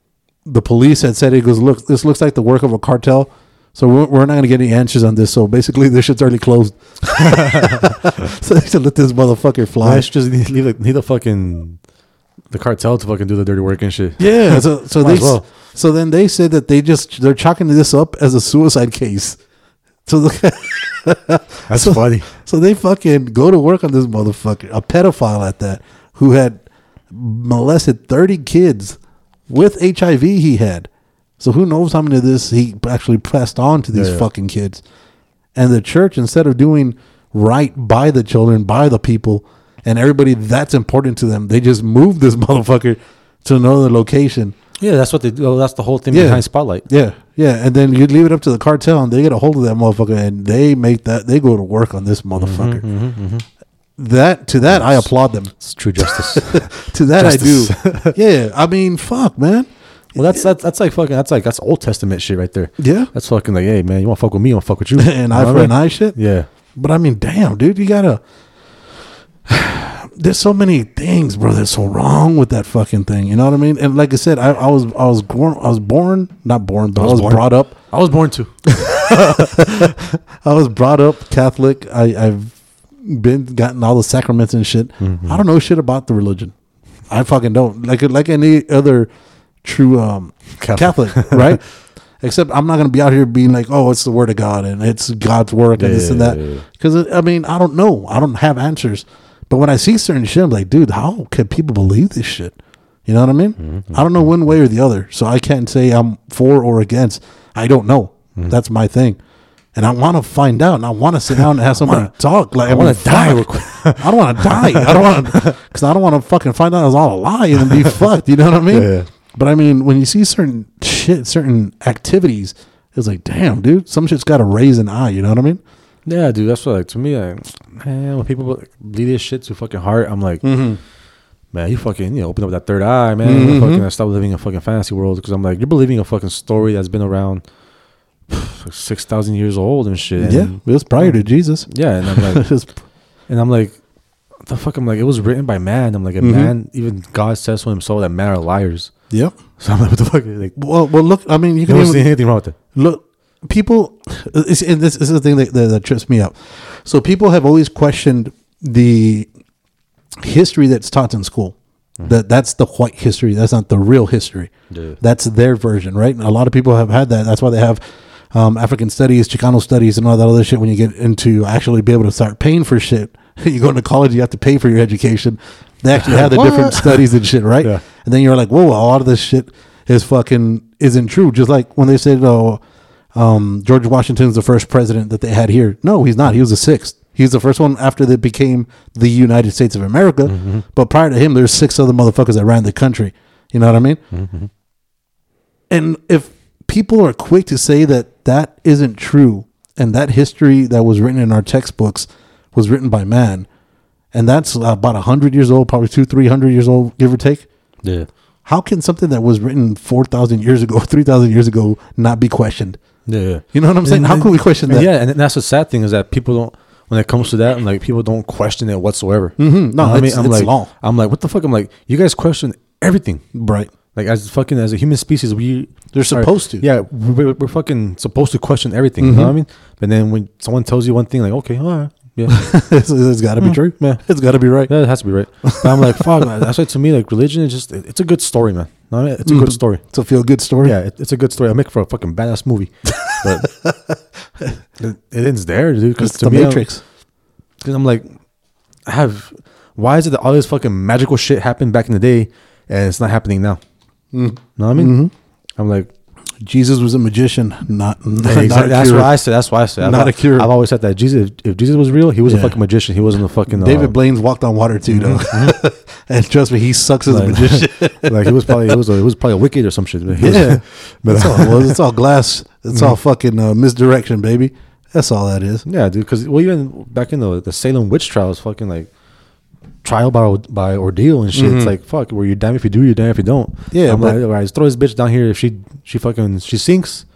C: the police had said, it goes, look, this looks like the work of a cartel. So we're, we're not going to get any answers on this. So basically, this shit's already closed. so they should let this motherfucker fly.
B: I should just leave, leave, the- leave the fucking the cartel to fucking do the dirty work and shit.
C: Yeah. So so
B: Might
C: they
B: as well.
C: so then they said that they just they're chalking this up as a suicide case. So the,
B: That's
C: So-
B: funny.
C: so they fucking go to work on this motherfucker, a pedophile at that, who had molested thirty kids with HIV. He had. So who knows how many of this he actually passed on to these
B: Yeah, yeah.
C: fucking kids. And the church, instead of doing right by the children, by the people, and everybody that's important to them, they just moved this motherfucker to another location.
B: Yeah, that's what they do. That's the whole thing
C: Yeah.
B: behind Spotlight.
C: Yeah, yeah, and then you leave it up to the cartel, and they get a hold of that motherfucker, and they make that they go to work on this
B: Mm-hmm,
C: motherfucker. That to that I applaud them.
B: It's true justice.
C: To that I
B: Justice.
C: do. yeah, I mean, fuck, man.
B: well, that's that's that's like fucking. That's like that's Old Testament shit right there.
C: Yeah.
B: That's fucking like, hey man, you want to fuck with me? I want to fuck with you.
C: And eye
B: You know
C: for
B: what I
C: an
B: mean?
C: eye shit.
B: Yeah.
C: But I mean, damn, dude, you gotta. There's so many things, bro. That's so wrong with that fucking thing. You know what I mean? And like I said, I, I was I was born I was born not born, but I was,
B: was born.
C: brought up.
B: I was born to.
C: I was brought up Catholic. I, I've been gotten all the sacraments and shit. I don't know shit about the religion. I fucking don't. Like like any other true um,
B: Catholic.
C: Catholic. right? Except I'm not gonna be out here being like, oh, it's the word of God and it's God's work and this and
B: Yeah,
C: that.
B: yeah, yeah.
C: Because I mean, I don't know. I don't have answers. But when I see certain shit, I'm like, dude, how can people believe this shit? You know what I mean?
B: Mm-hmm.
C: I don't know one way or the other, so I can't say I'm for or against. I don't know.
B: Mm-hmm.
C: That's my thing, and I want to find out. And I want to sit down and have somebody talk. Like I,
B: wanna
C: want to
B: die real quick.
C: I don't want to die. I don't want to because I don't want to fucking find out it was all a lie and be fucked. You know what I mean?
B: Yeah.
C: But I mean, when you see certain shit, certain activities, it's like, damn, dude, some shit's got to raise an eye. You know what I mean?
B: Yeah, dude. That's what like to me. Like, man, when people lead this shit to fucking heart, I'm like, man, you fucking you know open up that third eye, man. You fucking stop living in fucking fantasy world because I'm like, you're believing a fucking story that's been around six thousand years old and shit.
C: yeah,
B: And-
C: it was prior to Jesus.
B: yeah. And I'm like,
C: It was-
B: and I'm like, what the fuck. I'm like, it was written by man. I'm like, a man. Even God says to himself that men are liars.
C: yep.
B: So I'm like, what the fuck? Like,
C: Well, well, look. I mean, you
B: you
C: can
B: don't see
C: even,
B: anything wrong with it.
C: look. People, it's, and this is the thing that, that, that trips me up. So people have always questioned the history that's taught in school. That that's the white history. That's not the real history.
B: Yeah.
C: That's their version, right? And a lot of people have had that. That's why they have um, African studies, Chicano studies, and all that other shit. When you get into actually be able to start paying for shit, you go into college, you have to pay for your education. They actually have the different studies and shit, right?
B: Yeah.
C: And then you're like, whoa, a lot of this shit is fucking isn't true. Just like when they said, oh, um, George Washington's the first president that they had here. No, he's not. He was the sixth. He's the first one after they became the United States of America. But prior to him, there's six other motherfuckers that ran the country. You know what I mean? And if people are quick to say that that isn't true, and that history that was written in our textbooks was written by man, and that's about hundred years old, probably two, three hundred years old, give or take.
B: Yeah.
C: How can something that was written four thousand years ago, three thousand years ago, not be questioned?
B: Yeah.
C: You know what I'm saying? How
B: and-
C: can we question
B: And
C: that?
B: yeah, and that's the sad thing is that people don't. When it comes to that, I'm like people don't question it whatsoever. Mm-hmm.
C: No,
B: I
C: it's-
B: I'm
C: it's
B: like,
C: law.
B: I'm like, what the fuck? I'm like, you guys question everything.
C: Right.
B: Like as fucking as a human species, we
C: They're
B: are-
C: supposed to. Mm-hmm.
B: Yeah, we're, we're fucking supposed to question everything. You know what I mean? But then when someone tells you one thing, like, okay, all right, yeah,
C: it's it's got to be true.
B: yeah.
C: It's got to be right.
B: Hmm. yeah, it has to be right. But I'm like, fuck, man. That's why to me, like, religion is just it's a good story, man. You know what I mean? It's a
C: Mm-hmm.
B: good story.
C: It's a feel good story.
B: Yeah, it, it's a good story. I make for a fucking badass movie, but it, it ends there, dude. Because
C: It's
B: to
C: the
B: me, I'm-
C: Matrix.
B: Because I'm like, I have. Why is it that all this fucking magical shit happened back in the day and it's not happening now?
C: Mm-hmm.
B: Know what I mean? I'm like,
C: Jesus was a magician, not, not
B: hey,
C: a
B: exactly, that's
C: cure.
B: what I said. That's why I said. I've-
C: Not a cure.
B: I've always said that Jesus, if, if Jesus was real, he was
C: Yeah.
B: a fucking magician. He wasn't a fucking uh,
C: David Blaine's walked on water too, though. and trust me, he sucks as a
B: Mm-hmm, like-
C: magician.
B: like he was probably he was a, he was probably a wicked or some shit. He was-
C: Yeah, that's all. It was. It's all glass. It's
B: Mm-hmm.
C: all fucking uh, misdirection, baby. That's all that is.
B: yeah, dude. Because well, even back in the the Salem witch trials, fucking like trial by by ordeal and shit. It's like fuck, where you're damn if you do, you're damn if you don't.
C: Mm-hmm. Yeah,
B: I'm
C: but-
B: like, all right, throw this bitch down here. If she she fucking she sinks,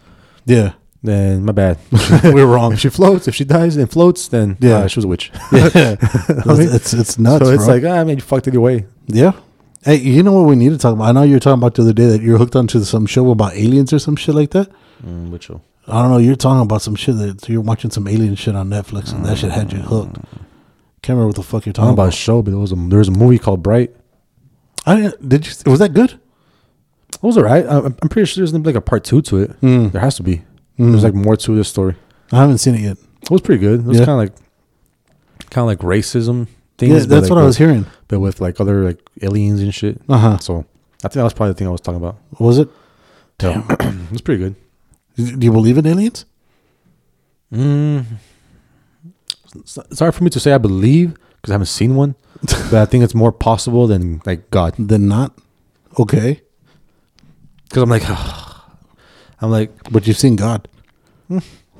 C: Yeah,
B: then my bad.
C: we're wrong.
B: if she floats, if she dies and floats, then
C: Yeah.
B: yeah, she was a witch.
C: yeah, it's, it's it's nuts.
B: so it's
C: bro.
B: like, ah, man, you fucked it away.
C: yeah. Hey, you know what we need to talk about? I know you were talking about the other day that you were hooked onto some show about aliens or some shit like that. Mm,
B: Which one?
C: I don't know. You're talking about some shit that you're watching some alien shit on Netflix, and that shit had you hooked. Can't remember what the fuck you're
B: I don't know
C: talking
B: about a
C: about.
B: show, but there was a there was a movie called Bright.
C: I didn't- did you was that good?
B: It was all right. I- I'm I'm pretty sure there's gonna be like a part two to it.
C: Mm.
B: There has to be. There's like more to this story.
C: I haven't seen it yet.
B: It was pretty good. It was
C: Yeah.
B: kind of like, kind of like racism things.
C: Yeah,
B: but,
C: that's
B: like,
C: what I
B: with-
C: was hearing.
B: But with like other like aliens and shit.
C: Uh-huh.
B: So I think that was probably the thing I was talking about.
C: Was it?
B: Damn. it was pretty good.
C: Do you believe in aliens?
B: It's, it's hard for me to say I believe because I haven't seen one, but I think it's more possible than like God.
C: Then not. Okay,
B: Because I'm like, I'm like,
C: but you've seen God. Hmm.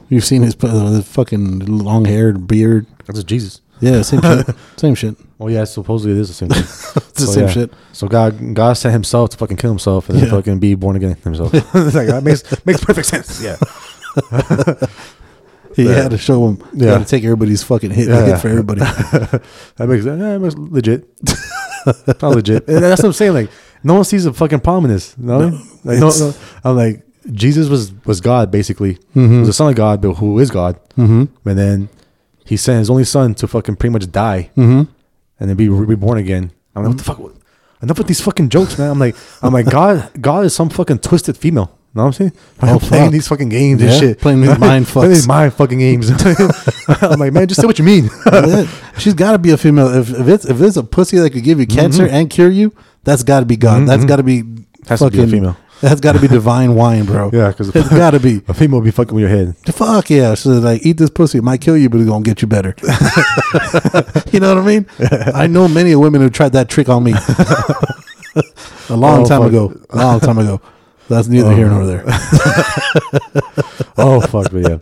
C: You've seen his, uh, his fucking long haired beard.
B: that's Jesus.
C: Yeah, same shit. Same shit.
B: Oh yeah, supposedly it is the same thing.
C: It's the same shit.
B: So God, God sent Himself to fucking kill Himself and
C: Yeah.
B: then fucking be born again Himself. It's like, that makes makes perfect sense. Yeah,
C: He
B: Yeah.
C: had to show him. Yeah,
B: Yeah.
C: had to take everybody's fucking hit,
B: Yeah.
C: hit for everybody.
B: that makes that, that makes legit. Not legit. And that's what I'm saying. Like no one sees a fucking problem in this. No, like, no,
C: it's-
B: no. I'm like Jesus was was God basically.
C: Mm-hmm.
B: He was the Son of God, but who is God? Mm-hmm. And then He sent His only Son to fucking pretty much die
C: Mm-hmm.
B: and then be re- reborn again. I'm like, what the fuck? What- Enough with these fucking jokes, man. I'm like, I'm like, God, God is some fucking twisted female. You know what I'm saying?
C: Oh,
B: playing
C: fuck.
B: these fucking games
C: Yeah,
B: and shit.
C: playing these mind
B: Playing these
C: fucks.
B: mind fucking games. I'm like, man, just say what you mean.
C: She's got to be a female. If, if it's if it's a pussy that could give you cancer and cure you, that's got to be God. That's got to be
B: Mm-hmm. Has to be a female.
C: That's got to be divine wine, bro.
B: Yeah, 'cause-
C: it's got to be.
B: A female will be fucking with your head.
C: Fuck yeah! So like, eat this pussy. It might kill you, but it's gonna get you better. you know what I mean? I know many women who tried that trick on me a long
B: Oh,
C: time
B: fuck.
C: ago. A long time ago. That's neither here nor there.
B: Oh fuck, but yeah.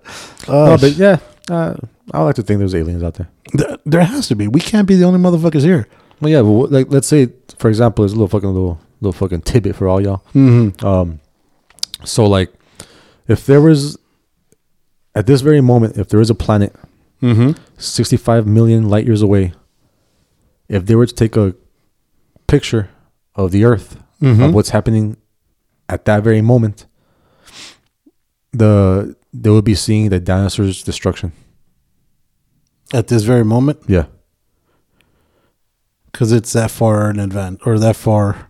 B: no, but yeah, uh, I like to think there's aliens out there.
C: There, there has to be. We can't be the only motherfuckers here.
B: Well, yeah, but what- like let's say for example, there's a little fucking little little fucking tidbit for all y'all. Mm-hmm. Um, so like, if there was at this very moment, if there is a planet
C: Mm-hmm.
B: 65 million light years away, if they were to take a picture of the Earth,
C: Mhm.
B: of what's happening at that very moment, the they would be seeing the dinosaurs' destruction.
C: At this very moment,
B: Yeah.
C: because it's that far in advance or that far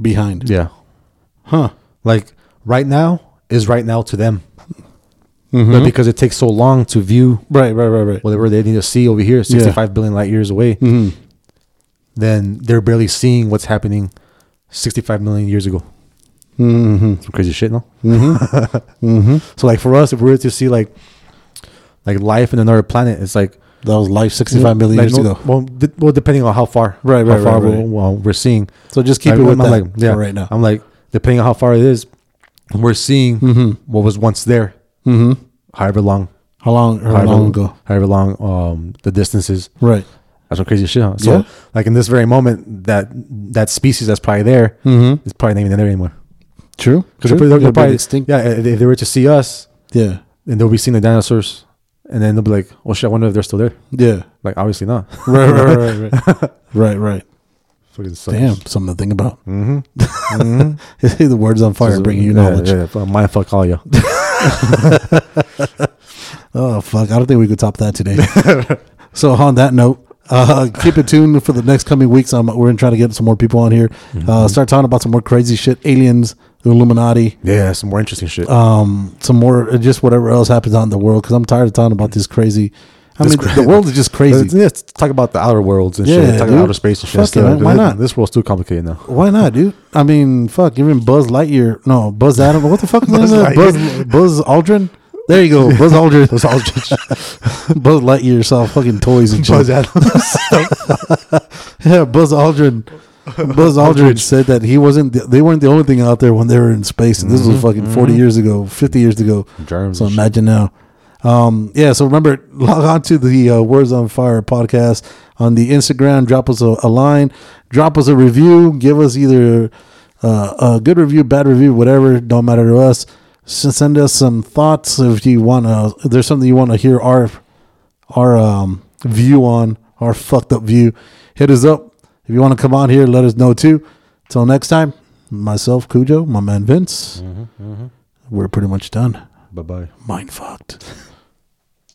C: behind.
B: Yeah.
C: Huh?
B: Like right now is right now to them. But because it takes so long to view
C: Right. Right. Right. Right.
B: whatever they need to see over here, sixty-five billion light years away,
C: Mhm.
B: then they're barely seeing what's happening 65 million years ago.
C: Mm-hmm.
B: Some crazy shit, no? Mm-hmm. So, like, for us, if we were to see, like, like life in another planet, it's like
C: That was life sixty-five million
B: like,
C: years
B: no-
C: ago.
B: Well, de- well, depending on how far,
C: Right,
B: how
C: right,
B: far
C: right,
B: We're,
C: right.
B: well, we're seeing.
C: So just keep
B: Like,
C: it with
B: I'm like,
C: that
B: yeah,
C: for right now.
B: I'm like, depending on how far it is, we're seeing what was once there,
C: Mm-hmm.
B: however long,
C: How long? How
B: however
C: long ago?
B: however long, um, the distances.
C: Right.
B: That's some crazy shit. Huh? So,
C: Yeah.
B: like in this very moment, that that species that's probably there is probably not even there anymore.
C: True.
B: Because they're,
C: True. They're
B: probably- they're probably
C: extinct.
B: Yeah, if if they were to see us,
C: Yeah.
B: and they'll be seeing the dinosaurs, and then they'll be like, "Oh shit, I wonder if they're still there."
C: Yeah.
B: Like, obviously not.
C: Right. Right. Right. Right. right. right. Right.
B: Fucking sucks.
C: Damn. Something to think about. Mm-hmm.
B: Mm.
C: the words on fire, bringing you
B: Yeah,
C: knowledge.
B: Yeah, yeah. Mind fuck all you.
C: Oh fuck! I don't think we could top that today. so on that note, uh, keep it tuned for the next coming weeks. Um, we're gonna try to get some more people on here. Uh, start talking about some more crazy shit, aliens, the Illuminati,
B: Yeah, some more interesting shit.
C: um, some more uh, just whatever else happens out in the world. Because I'm tired of talking about this crazy. I mean,
B: cra-
C: the world is just
B: Let's,
C: crazy.
B: let's talk about the outer worlds and
C: Yeah,
B: shit. Talk
C: dude.
B: about outer space and shit.
C: Fuck
B: instead
C: it,
B: of-
C: man. Why not?
B: This world's too complicated now.
C: Why not, dude? I mean, fuck. Even Buzz Lightyear, no, Buzz Adam. What the fuck is Buzz,
B: Buzz
C: Buzz,
B: Lightyear.
C: Buzz Aldrin. There you go, Buzz Aldrin. Buzz Aldrin. Buzz Lightyear saw fucking toys and shit. Yeah, Buzz Aldrin. Buzz Aldrin said that he wasn't. The, they weren't the only thing out there when they were in space, and this was fucking forty years ago, fifty years ago.
B: Mm-hmm, Germs
C: So
B: and shit.
C: imagine now. Um, yeah. So remember, log on to the uh, Words on Fire podcast on the Instagram. Drop us a, a line. Drop us a review. Give us either uh, a good review, bad review, whatever. Don't matter to us. S- send us some thoughts if you want to. If there's something you want to hear our our um, view on our fucked up view. Hit us up if you want to come on here. Let us know too. Till next time, myself Cujo, my man Vince. We're pretty much done.
B: Bye bye.
C: Mind fucked.